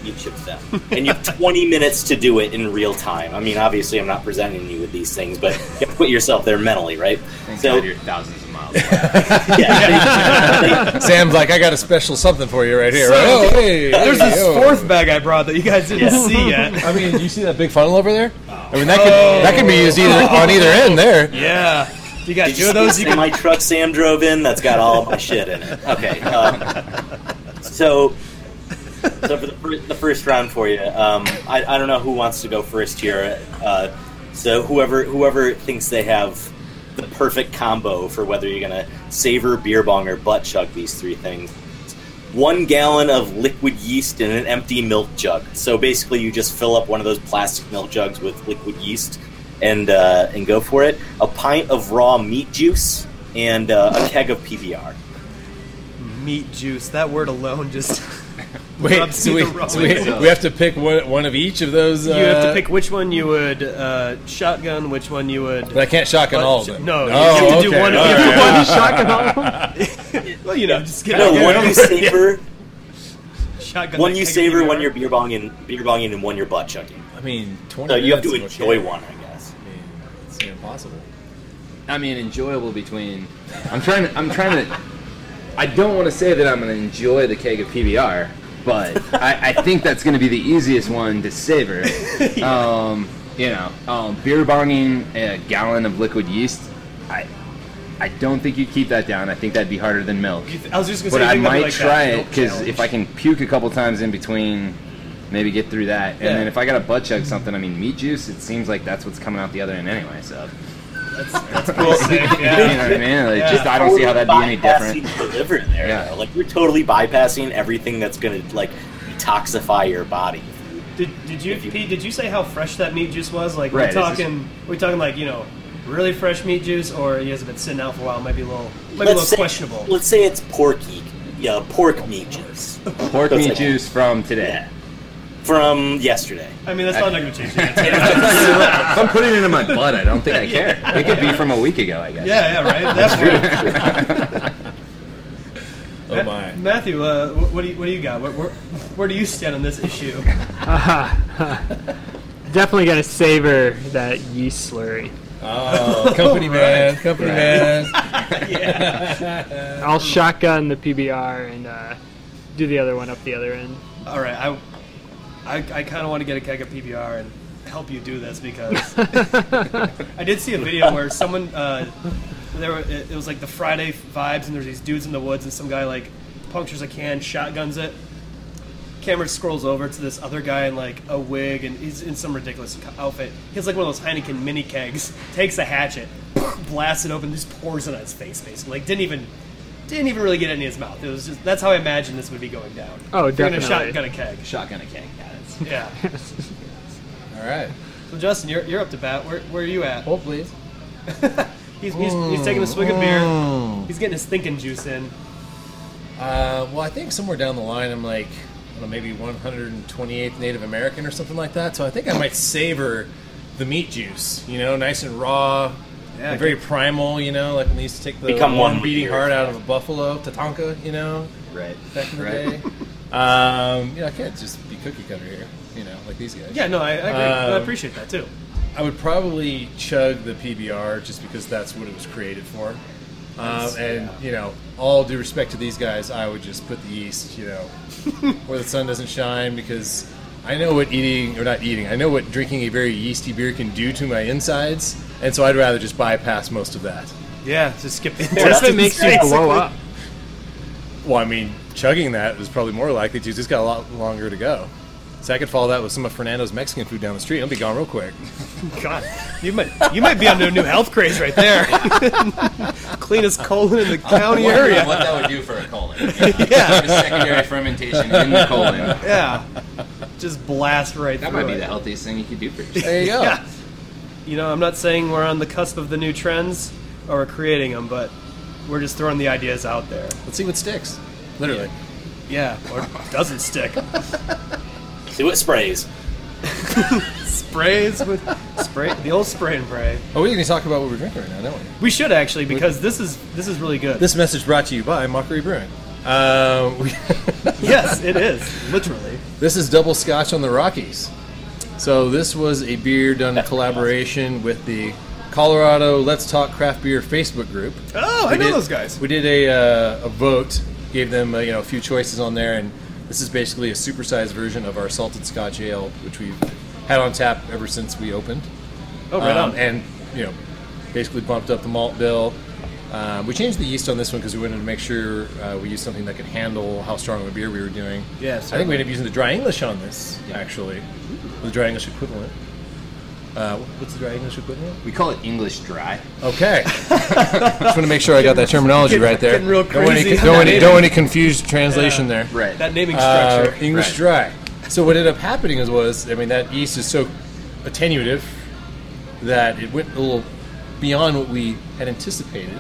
each of them. And you have 20 minutes to do it in real time. I mean, obviously, I'm not presenting you with these things, but you have to put yourself there mentally, right? Thank so, God you're thousands of miles. away. yeah. Sam's like, I got a special something for you right here. So- oh, hey, There's hey, this yo. fourth bag I brought that you guys didn't see yet. I mean, you see that big funnel over there? I mean, that could that could be used either on either end there. Yeah, you got Did two you see of those. the You can semi truck Sam drove in? That's got all my shit in it. Okay. Um, So, so for the, fir- the first round for you, um, I, I don't know who wants to go first here. Uh, so whoever whoever thinks they have the perfect combo for whether you're gonna savor, beer bong, or butt chug these three things. One gallon of liquid yeast in an empty milk jug. So basically, you just fill up one of those plastic milk jugs with liquid yeast and uh, and go for it. A pint of raw meat juice and uh, a keg of PBR. Meat juice. That word alone just. Rub Wait, so me we, the wrong so we, way. we have to pick one, one of each of those. You Uh, have to pick which one you would uh, shotgun, which one you would. But I can't shotgun all of them. Oh, No, you have to do one of all each. right. One shotgun all Well, you know, just get No, out one you savor, shotgun. one that you keg of savor, beer. one you're beer bonging, beer bonging, and one you're butt chugging. I mean, twenty. So you have to minutes is enjoy okay. one, I guess. I mean, it's impossible. I mean, enjoyable between. I'm trying to. I'm trying to. I don't want to say that I'm going to enjoy the keg of PBR, but I, I think that's going to be the easiest one to savor. Um, you know, um, beer bonging a gallon of liquid yeast. I, I don't think you'd keep that down. I think that'd be harder than milk. You th- I was just gonna But say, I think that'd be might like that try it milk because challenge. if I can puke a couple times in between, maybe get through that. And Yeah. then if I got a butt chug something, I mean, meat juice. It seems like that's what's coming out the other end anyway. So. Cool, sick, You know yeah. what I mean? Like, Yeah. Just I don't see how that'd be any Bypassing different. the liver there. Yeah. though. Like you're totally bypassing everything that's gonna like detoxify your body. Did, did you, If you- Pete? Did you say how fresh that meat juice was? Like Right, we're it's just- talking, we're talking like you know, really fresh meat juice, or he hasn't been sitting out for a while. Might be a little, might be a little say, questionable. Let's say it's porky, yeah, pork meat juice Pork That's meat like- juice from today. Yeah. from yesterday. I mean, that's not going to change. the answer. if I'm putting it in my butt, I don't think I care. It could be from a week ago, I guess. yeah, yeah, right. That's right. Oh my! Matthew, uh, wh- what do you, what do you got? Where, where, where do you stand on this issue? of them. Definitely gonna savor that yeast slurry. Oh, company man, company man. I'll shotgun the PBR and uh, do the other one up the other end. All right, I, I, I kind of want to get a keg of PBR and help you do this because I did see a video where someone uh, there were, it, it was like the Friday vibes and there's these dudes in the woods and some guy like punctures a can, shotguns it. Camera scrolls over to this other guy in like a wig and he's in some ridiculous co- outfit. He has like one of those Heineken mini kegs. Takes a hatchet, blasts it open, just pours it on his face. Basically, like didn't even. Didn't even really get it in his mouth. It was just that's how I imagined this would be going down. Oh, If you're gonna definitely. shotgun a keg. Shotgun a keg. Yeah. All right. So Justin, you're, you're up to bat. Where, where are you at? Hold please. He's, he's, he's taking a swig of beer. He's getting his thinking juice in. Uh, well, I think somewhere down the line, I'm like, I don't know, maybe 128th Native American or something like that. So I think I might savor the meat juice. You know, nice and raw, Yeah, and very primal. You know, like when they used to take the Become one warm with beating your- heart out of a buffalo, Tatanka. You know, Right. back in the day. right. Um, you know, I can't just be cookie cutter here. You know, like these guys. Yeah, no, I, I agree. I Um, appreciate that too. I would probably chug the PBR just because that's what it was created for. Um, and you know, all due respect to these guys, I would just put the yeast, you know, where the sun doesn't shine because I know what eating or not eating, I know what drinking a very yeasty beer can do to my insides, and so I'd rather just bypass most of that. Yeah, just skip it. What if it makes you blow up? Well, I mean, chugging that is probably more likely to. Just got a lot longer to go. So I could follow that with some of Fernando's Mexican food down the street. I'll be gone real quick. God, you might you might be on a new health craze right there. Cleanest colon in the county area. what that would do for a colon. Yeah. secondary fermentation in the colon. Yeah, just blast right That through might be it. the healthiest thing you could do for yourself. There you go. Yeah. You know, I'm not saying we're on the cusp of the new trends or we're creating them, but we're just throwing the ideas out there. Let's see what sticks. Literally. Yeah, or doesn't stick. See what sprays. Sprays with spray, the old spray and pray. Oh, we're going to talk about what we're drinking right now, don't we? We should actually because this is this is really good. This message brought to you by Mockery Brewing. Uh, we- yes, it is literally. this is Double Scotch on the Rockies. So this was a beer done in collaboration with the Colorado Let's Talk Craft Beer Facebook group. Oh, We did- We did a, uh, a vote, gave them uh, you know a few choices on there, and this is basically a supersized version of our salted Scotch ale, which we've had on tap ever since we opened. Oh, right Um, on. And you know, basically bumped up the malt bill. Uh, Um, we changed the yeast on this one because we wanted to make sure uh, we used something that could handle how strong of a beer we were doing. Yeah, I think we certainly. ended up using the dry English on this actually, the dry English equivalent. Uh, what's the dry English equivalent? We call it English dry. Okay. Just want to make sure I got that terminology right there. getting real Don't want any, crazy. don't any, don't any confused translation there. Right. That naming Uh, structure. English Right. dry. So what ended up happening is was I mean that yeast is so attenuative that it went a little beyond what we had anticipated.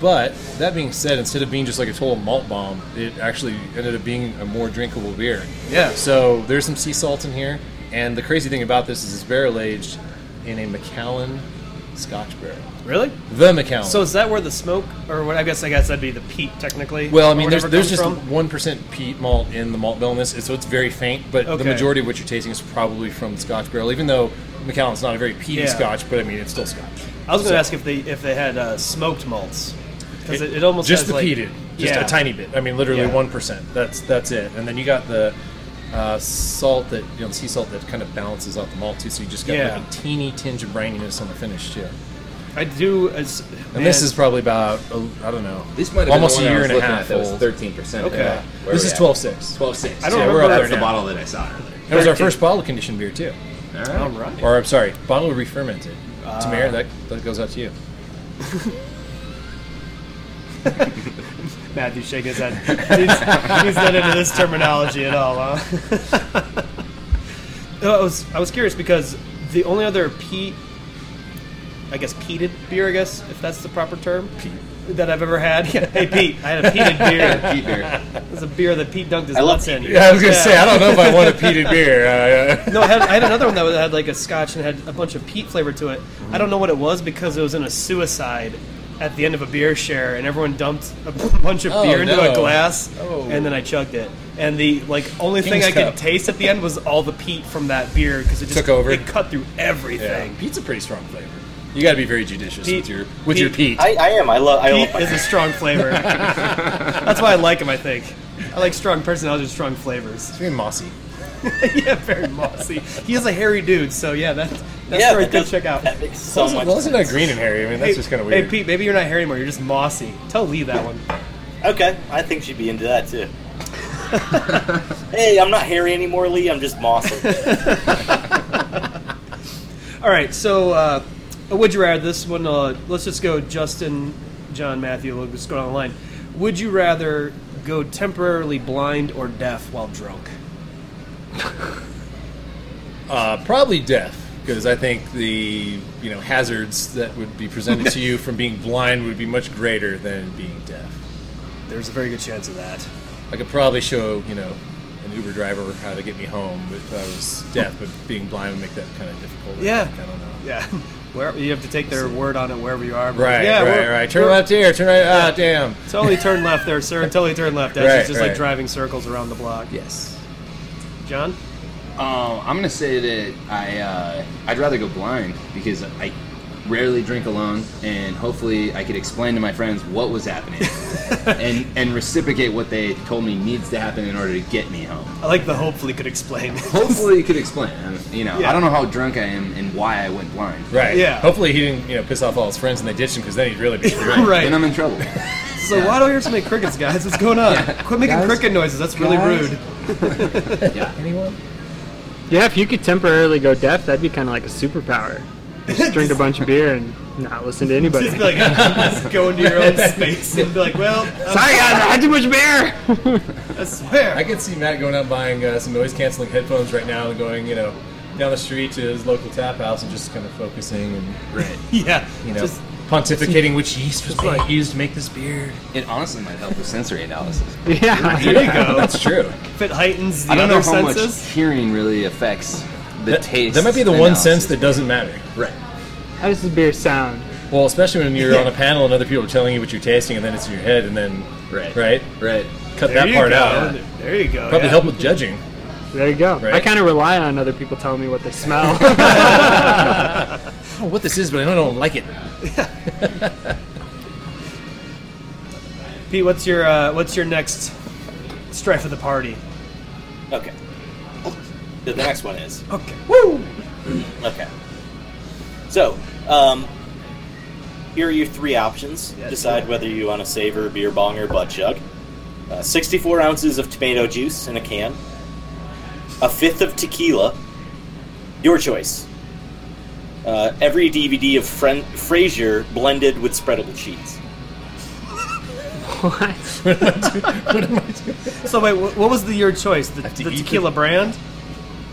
But that being said, instead of being just like a total malt bomb, it actually ended up being a more drinkable beer. Yeah. So there's some sea salt in here, and the crazy thing about this is it's barrel aged in a Macallan Scotch barrel. really? The Macallan. So is that where the smoke, or what? I guess I guess that'd be the peat technically. Well, I or mean, there's, whatever there's comes just from? one percent peat malt in the malt bill in this, so it's very faint. But Okay. the majority of what you're tasting is probably from the Scotch barrel, even though Macallan's not a very peaty Yeah. Scotch, but I mean, it's still Scotch. I was going so- to ask if they if they had uh, smoked malts because it, it almost just has, the like, peated, just yeah. a tiny bit. I mean, literally Yeah. one That's that's it. And then you got the uh, salt that you know, sea salt that kind of balances out the malt too. So you just got Yeah. like a teeny tinge of brininess on the finish too. I do. As, And this is probably about uh, I don't know, This might have almost been the a year one I was and a looking half at that was old. 13%. Okay. Yeah. Where This we is at? 12 6. 12.6. I don't yeah, remember we're up that That's the now. bottle that I saw earlier. That was our first bottle conditioned beer too. All All right. right. Or I'm sorry, bottle refermented. Ah. Tamir, that, that goes out to you. Matthew shaking his head. He's, he's not into this terminology at all, huh? No, I was I was curious because the only other peat, I guess peated beer, I guess if that's the proper term, that I've ever had. Yeah, hey Pete, I had a peated beer. Pete beer. It was a beer that Pete dunked his I love nuts in. Yeah, I was gonna say I don't know if I want a peated beer. Uh, No, I had, I had another one that was- had like a scotch and had a bunch of peat flavor to it. I don't know what it was because it was in a suicide at the end of a beer share, and everyone dumped a b- bunch of Oh, beer into no. a glass, Oh. and then I chugged it. And the like only thing King's I Cup. could taste at the end was all the peat from that beer because it just Took over. It cut through yeah. everything. Peat's a pretty strong flavor. You got to be very judicious Peat- with your with peat- your peat. I, I am. I love. I love. Peat is a strong flavor. That's why I like him. I think I like strong personalities, and strong flavors. it's very mossy. yeah, very mossy. He is a hairy dude, so yeah, that that's yeah, where I that could does- check out. That makes so much. Well, isn't that sense. green and hairy? I mean, that's hey, just kind of weird. Hey, Pete, maybe you're not hairy anymore. You're just mossy. Tell Lee that one. Okay, I think she'd be into that too. hey, I'm not hairy anymore, Lee. I'm just mossy. All right, so uh, would you rather this one? Uh, let's just go Justin, John, Matthew. We'll just go down the line. Would you rather go temporarily blind or deaf while drunk? Uh, probably deaf because I think the you know hazards that would be presented to you from being blind would be much greater than being deaf. There's a very good chance of that. I could probably show you know an Uber driver how to get me home if I was deaf, but being blind would make that kind of difficult. I Yeah. think. I don't know. Yeah, where you have to take their word on it wherever you are. but- Right, yeah, right, we're- right. Turn we're- left here. Turn right. Ah, damn. Totally turn left there, sir. Totally turn left. That's Right, just right. like driving circles around the block. Yes. John, Oh. Um, I'm gonna say that I uh, I'd rather go blind because I rarely drink alone, and hopefully I could explain to my friends what was happening, and and reciprocate what they told me needs to happen in order to get me home. I like the hopefully could explain. Hopefully, you could explain. I don't- You know, Yeah. I don't know how drunk I am and why I went blind. Right. Yeah. Hopefully he didn't, you know, piss off all his friends and they ditched him because then he'd really be screwed. right. Then I'm in trouble. So why do I hear so many crickets, guys? What's going on? Quit making Guys? cricket noises. That's really Guys? rude. yeah. Anyone? Yeah, if you could temporarily go deaf, that'd be kind of like a superpower. Just drink a bunch of beer and not listen to anybody. Just be like, just go into your own space and be like, well, uh, Sorry, guys, I had too much beer. I swear. I could see Matt going out and buying uh, some noise canceling headphones right now and going, you know, down the street to his local tap house and just kind of focusing and, yeah. you know, Just, pontificating which yeast was being like- used to make this beer. It honestly might help with sensory analysis. yeah. there you go. That's true. if it heightens the I don't know other how senses. much hearing really affects the That, taste. that might be the one analysis. sense that doesn't matter. Right. How does the beer sound? Well, especially when you're on a panel and other people are telling you what you're tasting and then it's in your head and then, Right. right? Right. Cut There that you part go. out. There you go. Probably yeah. help with judging. There you go. Right. I kind of rely on other people telling me what they smell. I don't know what this is, but I know I don't like it. Pete, what's your uh, what's your next strife of the party? Okay. The next one is Okay. okay. So, um, Here are your three options. Yeah, Decide sure. whether you want a saver, beer bong, or butt chug. Uh, 64 ounces of tomato juice in a can. A fifth of tequila. Your choice. Uh, every DVD of Fren- Frasier blended with spreadable cheese. What? So wait, wh- what was the your choice? The, have to the eat tequila brand?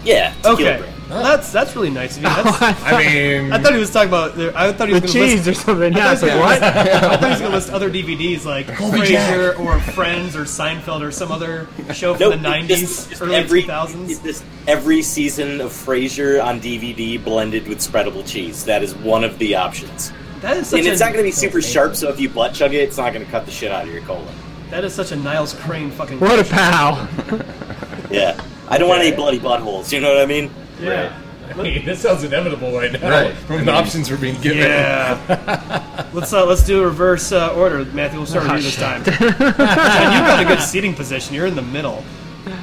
Yeah, tequila Okay, brand. that's that's really nice of you. That's, I mean, I thought he was talking about. the- I thought he the was gonna cheese List, or something. I Yeah, it's thought like, he what? was gonna list- I thought he was gonna list other DVDs like Colby Jack. Frasier or Friends or Seinfeld or some other show from No, the nineties, just- just early every- two thousands. Just every season of Frasier on DVD blended with spreadable cheese. That is one of the options. That is such and it's a not going to be super sharp, so if you butt chug it, it's not going to cut the shit out of your colon. that is such a Niles Crane fucking. What a pal. Yeah. I don't want any bloody buttholes, you know what I mean? Yeah. I mean, this sounds inevitable right now. Right. From the I mean- options we're being given. Yeah. let's uh, let's do a reverse uh, order. Matthew, we'll start Oh, with you this time. John, you've got a good seating position. You're in the middle.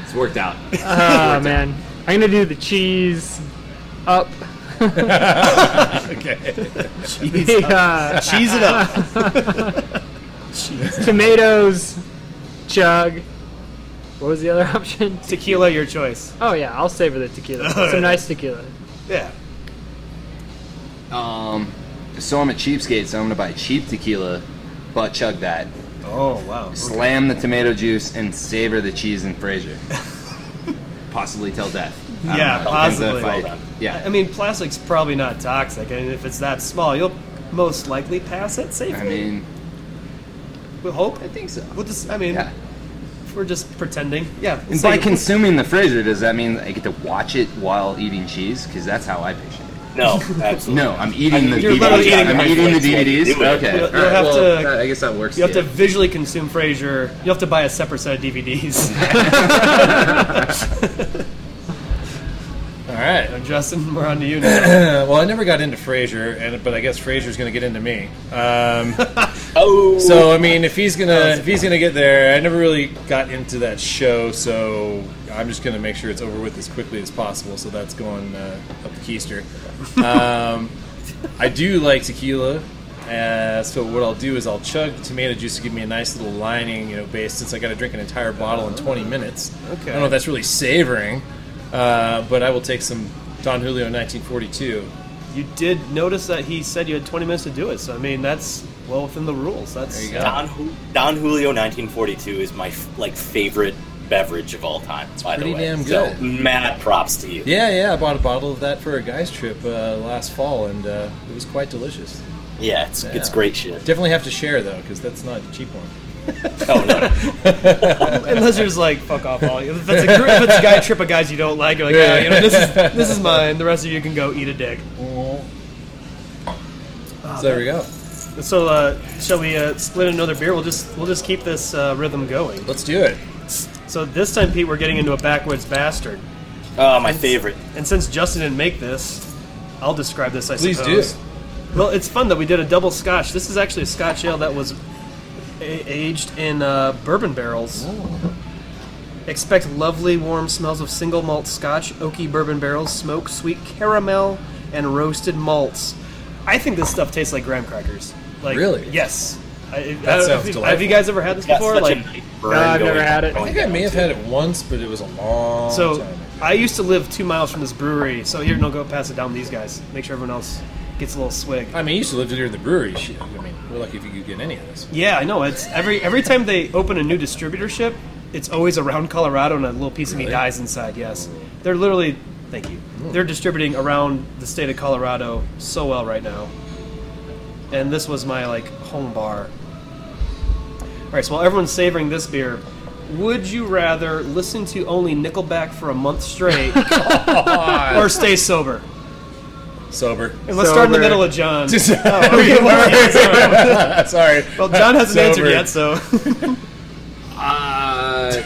It's worked out. Oh man, I'm gonna do the cheese up. Okay. The, uh, Cheese it up. tomatoes, chug. What was the other option? Tequila, your choice. Oh yeah, I'll savor the tequila. Some nice tequila. Yeah. Um, so I'm a cheapskate, so I'm gonna buy cheap tequila, but chug that. Oh wow. Slam the tomato juice and savor the cheese and Frasier. possibly till death. I don't Yeah, know. Depends possibly. if Well I, done. yeah. I mean, plastic's probably not toxic, and if it's that small, you'll most likely pass it safely. I mean, we hope. I think so. We'll just, I mean, Yeah. we're just pretending. Yeah. And so by you- consuming the Frasier, does that mean I get to watch it while eating cheese? Because that's how I picture it. No, absolutely. No, I'm eating the You're DVDs. literally eating I'm the eating the Netflix while you DVDs. do it. Okay, You'll- all you'll have well, to- that- I guess that works. you have too. to visually consume Frasier. You have to buy a separate set of DVDs. All right. So, Justin, we're on to you now. well, I never got into Frasier, and but I guess Frasier's going to get into me. Um, Oh, so I mean, if he's gonna if he's gonna get there, I never really got into that show, so I'm just gonna make sure it's over with as quickly as possible. So that's going uh, up the keister. Um, I do like tequila. Uh, so what I'll do is I'll chug the tomato juice to give me a nice little lining, you know, base since I got to drink an entire bottle in 20 minutes. Okay. I don't know if that's really savoring, uh, but I will take some Don Julio 1942. You did notice that he said you had 20 minutes to do it, so I mean, that's well within the rules. That's There you go. Don, Ju- Don Julio 1942 is my f- like favorite beverage of all time, by pretty the way. damn So, good. mad props to you. Yeah, yeah, I bought a bottle of that for a guys trip uh, last fall, and uh, it was quite delicious. Yeah, it's, it's Yeah. great shit. Definitely have to share though, because that's not a cheap one. Oh, no, no. Unless you're just like, fuck off all you. If it's a, gr- if it's a guy trip of guys you don't like, you're like, yeah, you know, this is, this is mine. The rest of you can go eat a dick. so there we go. So, uh, shall we uh, split another beer? We'll just we'll just keep this uh, rhythm going. Let's do it. So this time, Pete, we're getting into a backwoods bastard. Oh, my favorite. And since Justin didn't make this, I'll describe this. I Please suppose. do. Well, it's fun that we did a double Scotch. This is actually a Scotch ale that was a- aged in uh, bourbon barrels. Oh. Expect lovely, warm smells of single malt Scotch, oaky bourbon barrels, smoke, sweet caramel, and roasted malts. I think this stuff tastes like graham crackers. Like, Really? Yes. I, I- That sounds have you- Have delightful. you guys ever had this Got before? such Like, a nice burn No, I've going never had it. I think I may have had it once, but it was a long So time. I used to live two miles from this brewery. So here, no, go pass it down to these guys. Make sure everyone else gets a little swig. I mean, you used to live near the brewery. Shit. I mean, we're lucky if you could get any of this. Yeah, I know. It's every every time they open a new distributorship, it's always around Colorado, and a little piece of me Really? Hmm. dies inside. Yes, they're literally. Thank you. They're distributing around the state of Colorado so well right now. And this was my like home bar. All right, so while everyone's savoring this beer, would you rather listen to only Nickelback for a month straight Oh, or stay sober? Sober. And let's start in the Sober. middle of John. Sorry. Well, John hasn't answered Sober. yet, so Uh,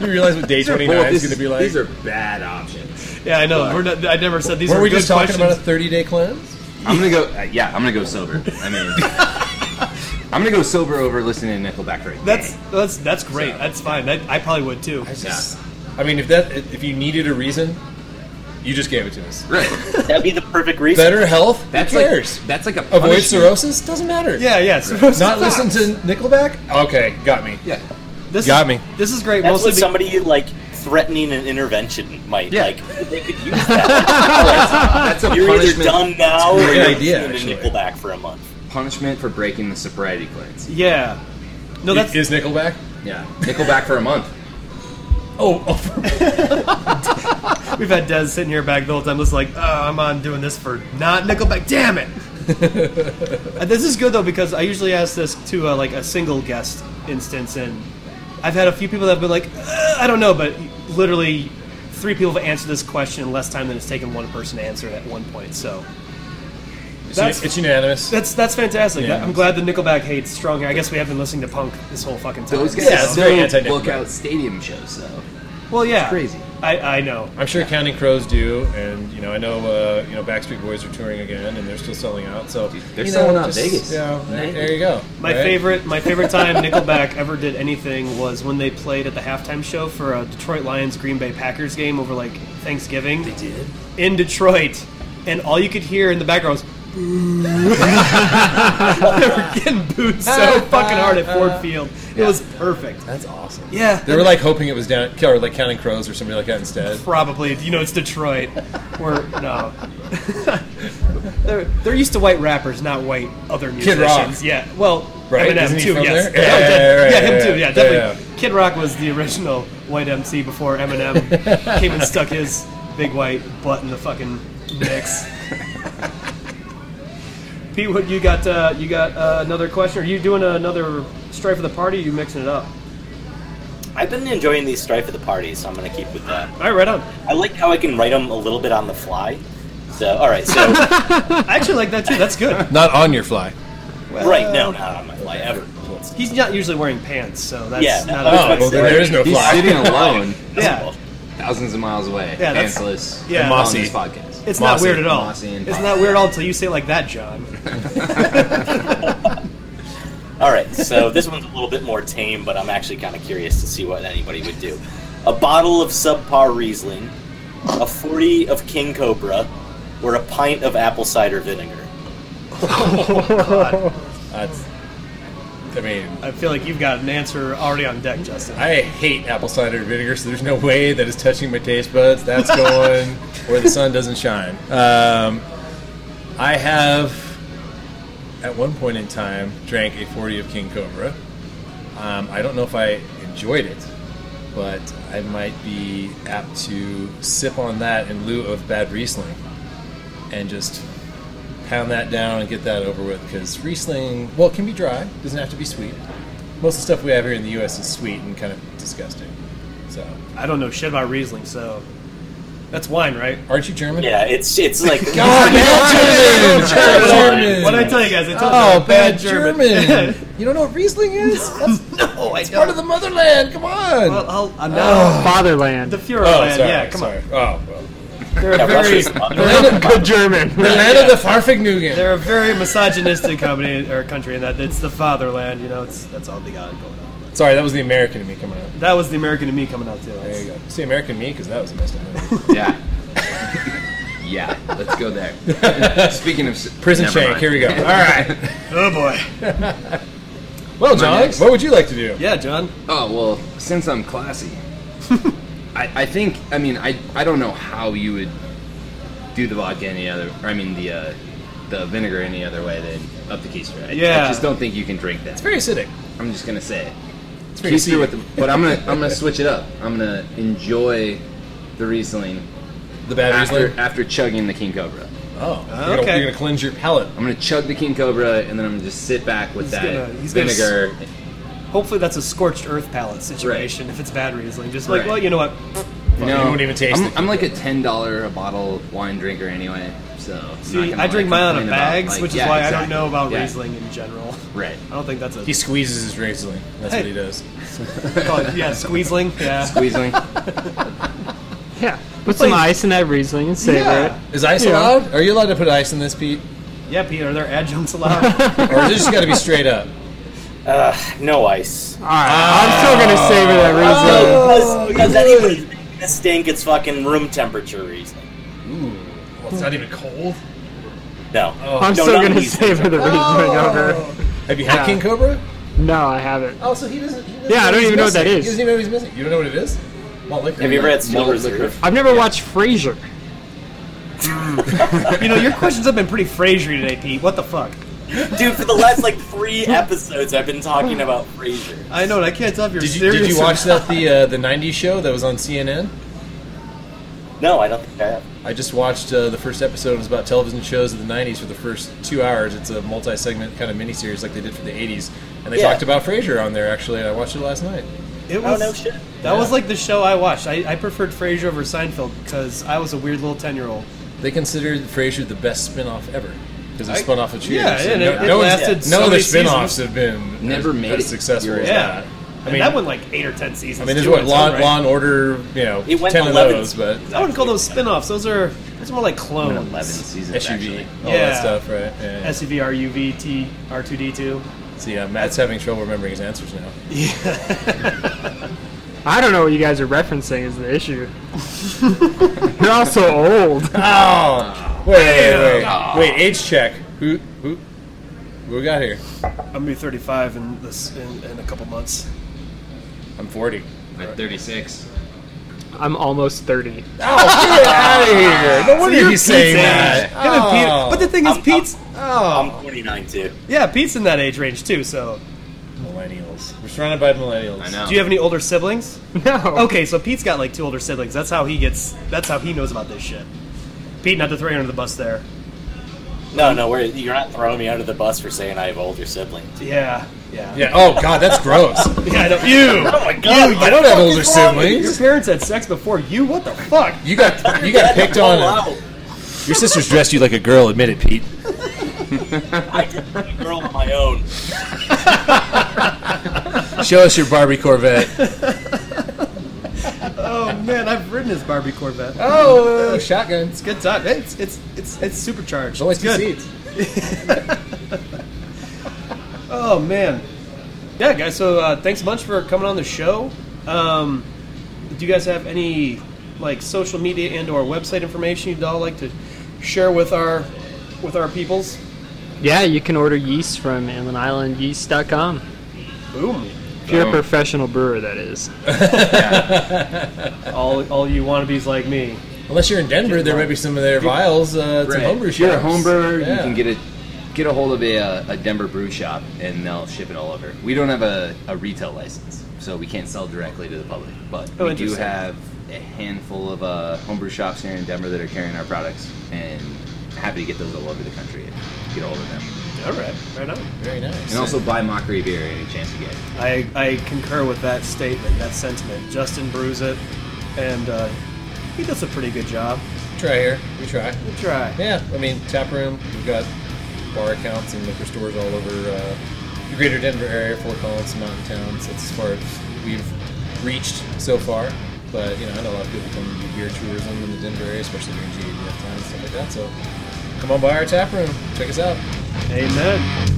You realize what day 29 is going to be like? These are bad options. yeah, I know. We're not, I never said these Were were we good just talking about a questions. 30 day cleanse? I'm gonna go. Uh, yeah, I'm gonna go sober. I mean, I'm gonna go sober over listening to Nickelback right That's that's that's great. That's fine. That, I probably would too. I mean, if that if you needed a reason, You just gave it to us. Right. That'd be the perfect reason. Better health. who That's cares. like that's like a Avoid punishment. cirrhosis. Doesn't matter. Yeah, yeah. cirrhosis Not sucks. listen to Nickelback. Okay, got me. Yeah. This Got is, me. This is great. That's mostly what be- somebody like threatening an intervention might Yeah. like. They could use that. That's a You're either punishment. done now or It's a you're great idea, listening to actually. Nickelback for a month. Punishment for breaking the sobriety cleanse. yeah. No, Is that's is Nickelback? Yeah. Nickelback for a month. Oh, oh we've had Dez sitting here back the whole time. Just like, oh, I'm on doing this for not Nickelback. Damn it. Uh, this is good though because I usually ask this to uh, like a single guest instance, and I've had a few people that have been like, "Uh, I don't know, but literally three people have answered this question in less time than it's taken one person to answer it at one point. So it's, That's- it's unanimous. that's that's fantastic. Yeah. I'm glad the Nickelback hates strong hair. I guess we have been listening to punk this whole fucking time. Those guys Yeah, it's very still anti-Nickelback. book out stadium shows though. well, yeah, crazy. I I know. I'm sure Counting Crows do, and you know I know uh, you know Backstreet Boys are touring again, and they're still selling out. So they're you selling know, out Vegas. Yeah, there, Nice. there you go. My right? favorite, my favorite time Nickelback ever did anything was when they played at the halftime show for a Detroit Lions Green Bay Packers game over like Thanksgiving. They did in Detroit, and all you could hear in the background was. "Boo." they were getting booed so fucking hard at Ford Field. It was perfect. That's awesome. Yeah, They were like hoping it was down or like Counting Crows or somebody like that instead. probably. You know, it's Detroit. We're no. they're, they're used to white rappers, not white other Kid musicians. Rock. Yeah. Well, Right? Eminem Isn't he too. from there? yes. Yeah, Yeah, de- yeah, right, yeah, him yeah, too. yeah, Yeah, definitely. yeah. Kid Rock was the original white MC before Eminem came and stuck his big white butt in the fucking mix. Pete, what you got? Uh, you got uh, another question? Are you doing another strife of the party? Or you mixing it up? I've been enjoying these strife at the parties, so I'm gonna keep with that. All right, right on. I like how I can write them a little bit on the fly. So, all right, so I actually like that too. That's good. Not on your fly. right now, not on my fly ever. He's not usually wearing pants, so that's Yeah. not. Oh, a- Oh, well, then there is no He's fly. sitting alone, yeah, thousands of miles away, Yeah, that's- pantsless, yeah. and Mossy. on this podcast. it's not Mossy- weird at all. It's mossy and not weird at all until you say it like that, John. All right, so this one's a little bit more tame, but I'm actually kind of curious to see what anybody would do. A bottle of subpar Riesling, a 40 of King Cobra, or a pint of apple cider vinegar. That's, I mean, I feel like you've got an answer already on deck, Justin. I hate apple cider vinegar, so there's no way that is touching my taste buds. That's going where the sun doesn't shine. Um, I have, at one point in time, drank a 40 of King Cobra. Um, I don't know if I enjoyed it, but I might be apt to sip on that in lieu of bad Riesling and just pound that down and get that over with because Riesling, well, it can be dry, doesn't have to be sweet. Most of the stuff we have here in the U.S. is sweet and kind of disgusting. So, I don't know shit about Riesling, so that's wine, right? aren't you German? Yeah, it's it's like God, bad German! Bad German! What I tell you guys, I told you, Oh, I'm bad German! you don't know what Riesling is? That's oh, I part don't. of the Oh. motherland. Come on. Well, I'll, I'm not Fatherland. the Fuhrer oh, land. sorry. yeah, come sorry. Oh, well. on. They're a Yeah, very, Russia's- the land of good German. The land of the Farfignugan. they're a very misogynistic company or country, and that it's the fatherland. You know, it's that's all they got going on. Sorry, that was the American in me coming out. That was the American to me coming out too. There you go. See, American me, because that was a messed up movie. Yeah. yeah. Let's go there. Speaking of s- Prison never Shank, mind. here we go. All right. Oh boy. Well, John, next? what would you like to do? Yeah, John. Oh well, since I'm classy, I, I think I mean I I don't know how you would do the vodka any other. Or I mean the uh, the vinegar any other way than up the keister. I, I Yeah. just don't think you can drink that. It's very acidic. I'm just gonna say it. It's very Keister acidic. with the, but I'm gonna I'm gonna switch it up. I'm gonna enjoy the Riesling the bad after Riesling. after chugging the King Cobra. Oh, you're gonna, okay. you're gonna cleanse your palate. I'm gonna chug the King Cobra and then I'm gonna just sit back with He's that gonna- he's gonna s- vinegar. Hopefully, that's a scorched earth palate situation. If it's bad Riesling, just like, Right. well, you know what? you wouldn't even taste I'm, it. I'm like a ten dollar a bottle wine drinker anyway. So I'm not See, gonna, I drink like, mine out complain of about, bags, like- which is yeah, why I don't exactly. know about Yeah. Riesling in general. Right. I don't think that's a He squeezes his Riesling. That's Hey. what he does. Oh, yeah, squeezling. Yeah. Squeezing. yeah. Put some ice in that Riesling and savor Yeah. Is ice Yeah. allowed? Are you allowed to put ice in this, Pete? Yeah, Pete, are there adjuncts allowed? Or is it just got to be straight up? uh, no ice. it. All right. I'm still gonna savor that Oh, Riesling. Does, does anybody think this stink? It's fucking room temperature Riesling. What's not even cold? No. Oh. I'm No, still not gonna these. savor the reasoning over. Have you had Yeah. King Cobra? No, I haven't. Oh, so he doesn't. He doesn't Yeah, I don't he's even know what that missing. is. He doesn't even know what he's missing. You don't know what it is? Malt liquor. Have you ever had Steel Malt Reserve? I've never watched Frasier. You know, your questions have been pretty Frasier today, Pete. What the fuck? Dude, for the last like three episodes, I've been talking about Frasier. I know, and I can't tell if you're Did you, serious. did you or watch not. that the uh, the '90s show that was on CNN? No, I don't think I have. I just watched uh, the first episode. It was about television shows of the '90s for the first two hours. It's a multi-segment kind of miniseries like they did for the '80s, and they Yeah. talked about Frasier on there. Actually, I watched it last night. It Oh was no shit. that was Yeah. like the show I watched. I, I preferred Frasier over Seinfeld because I was a weird little ten year old. They considered Frasier the best spin-off ever because it I- spun off of Cheers. yeah, so and no, it- it no one's- lasted no so other many spin-offs seasons. have been Never as, made as it. successful. You're as right. that. I mean that one like eight or ten seasons. I mean, there's too, what in its own Law, right. Law and Order, you know, It went ten of 11. those, but I wouldn't call those spin-offs. Those are those are more like I'm in clones. 11 seasons SUV, actually. all Yeah. that stuff, right? Yeah. SUV RUV T R2D2. See, uh, Matt's having trouble remembering his answers now. I don't know what you guys are referencing is the issue. You're all so old. Oh, wait, wait, Ah. wait, wait! Age check. Who, who, who we got here? I'm gonna be 35 in this in, in a couple months. I'm 40. At 36. I'm almost 30. Out of here! No wonder he's saying that. Oh. Him and Pete- but the thing Oh. is, I'm- Pete's I'm oh 29 too. yeah, Pete's in that age range too. So, Millennials. We're surrounded by millennials. I know. Oh. do you have any older siblings? No. Okay, so Pete's got like two older siblings. That's how he gets. That's how he knows about this shit. Pete, not to throw you under the bus there. No, no, we're, you're not throwing me under the bus for saying I have older siblings. Yeah, yeah, Yeah. Oh God, that's gross. yeah. I know. You. Oh my god! I don't have older Your siblings. parents had sex before you. What the fuck? You got you got picked on. and- Your sisters dressed you like a girl. Admit it, Pete. I did a girl on my own. Show us your Barbie Corvette. Oh man, I've ridden his Barbie Corvette. Oh, shotguns. Good time. Hey, It's it's it's it's supercharged. There's only It's two good. seats. Oh man, yeah, guys. So uh, thanks much for coming on the show. Um, do you guys have any like social media and or website information you'd all like to share with our with our peoples? Yeah, you can order yeast from inlandislandyeast.com. Boom. If you're a Boom. professional brewer, that is. All all you wannabes like me. Unless you're in Denver, there might be some of their vials. Uh, at some homebrew If you're a shops. home brewer, you Yeah. can get a get a hold of a, uh, a Denver brew shop and they'll ship it all over. We don't have a, a retail license, so we can't sell directly to the public, but Oh, we do interesting. have a handful of uh, homebrew shops here in Denver that are carrying our products and happy to get those all over the country if you get a hold of them. All right, right on. Very nice. And also buy mockery beer any chance you get. I, I concur with that statement, that sentiment. Justin brews it, and uh, he does a pretty good job. try here. We try. We'll try. Yeah, I mean tap room. We've got bar accounts and liquor stores all over uh, the greater Denver area, Fort Collins, Mountain Towns. That's as far as we've reached so far. But you know, I know a lot of people come do beer tourism in the Denver area, especially during GABF time and stuff like that. So come on by our tap room. Check us out. Amen.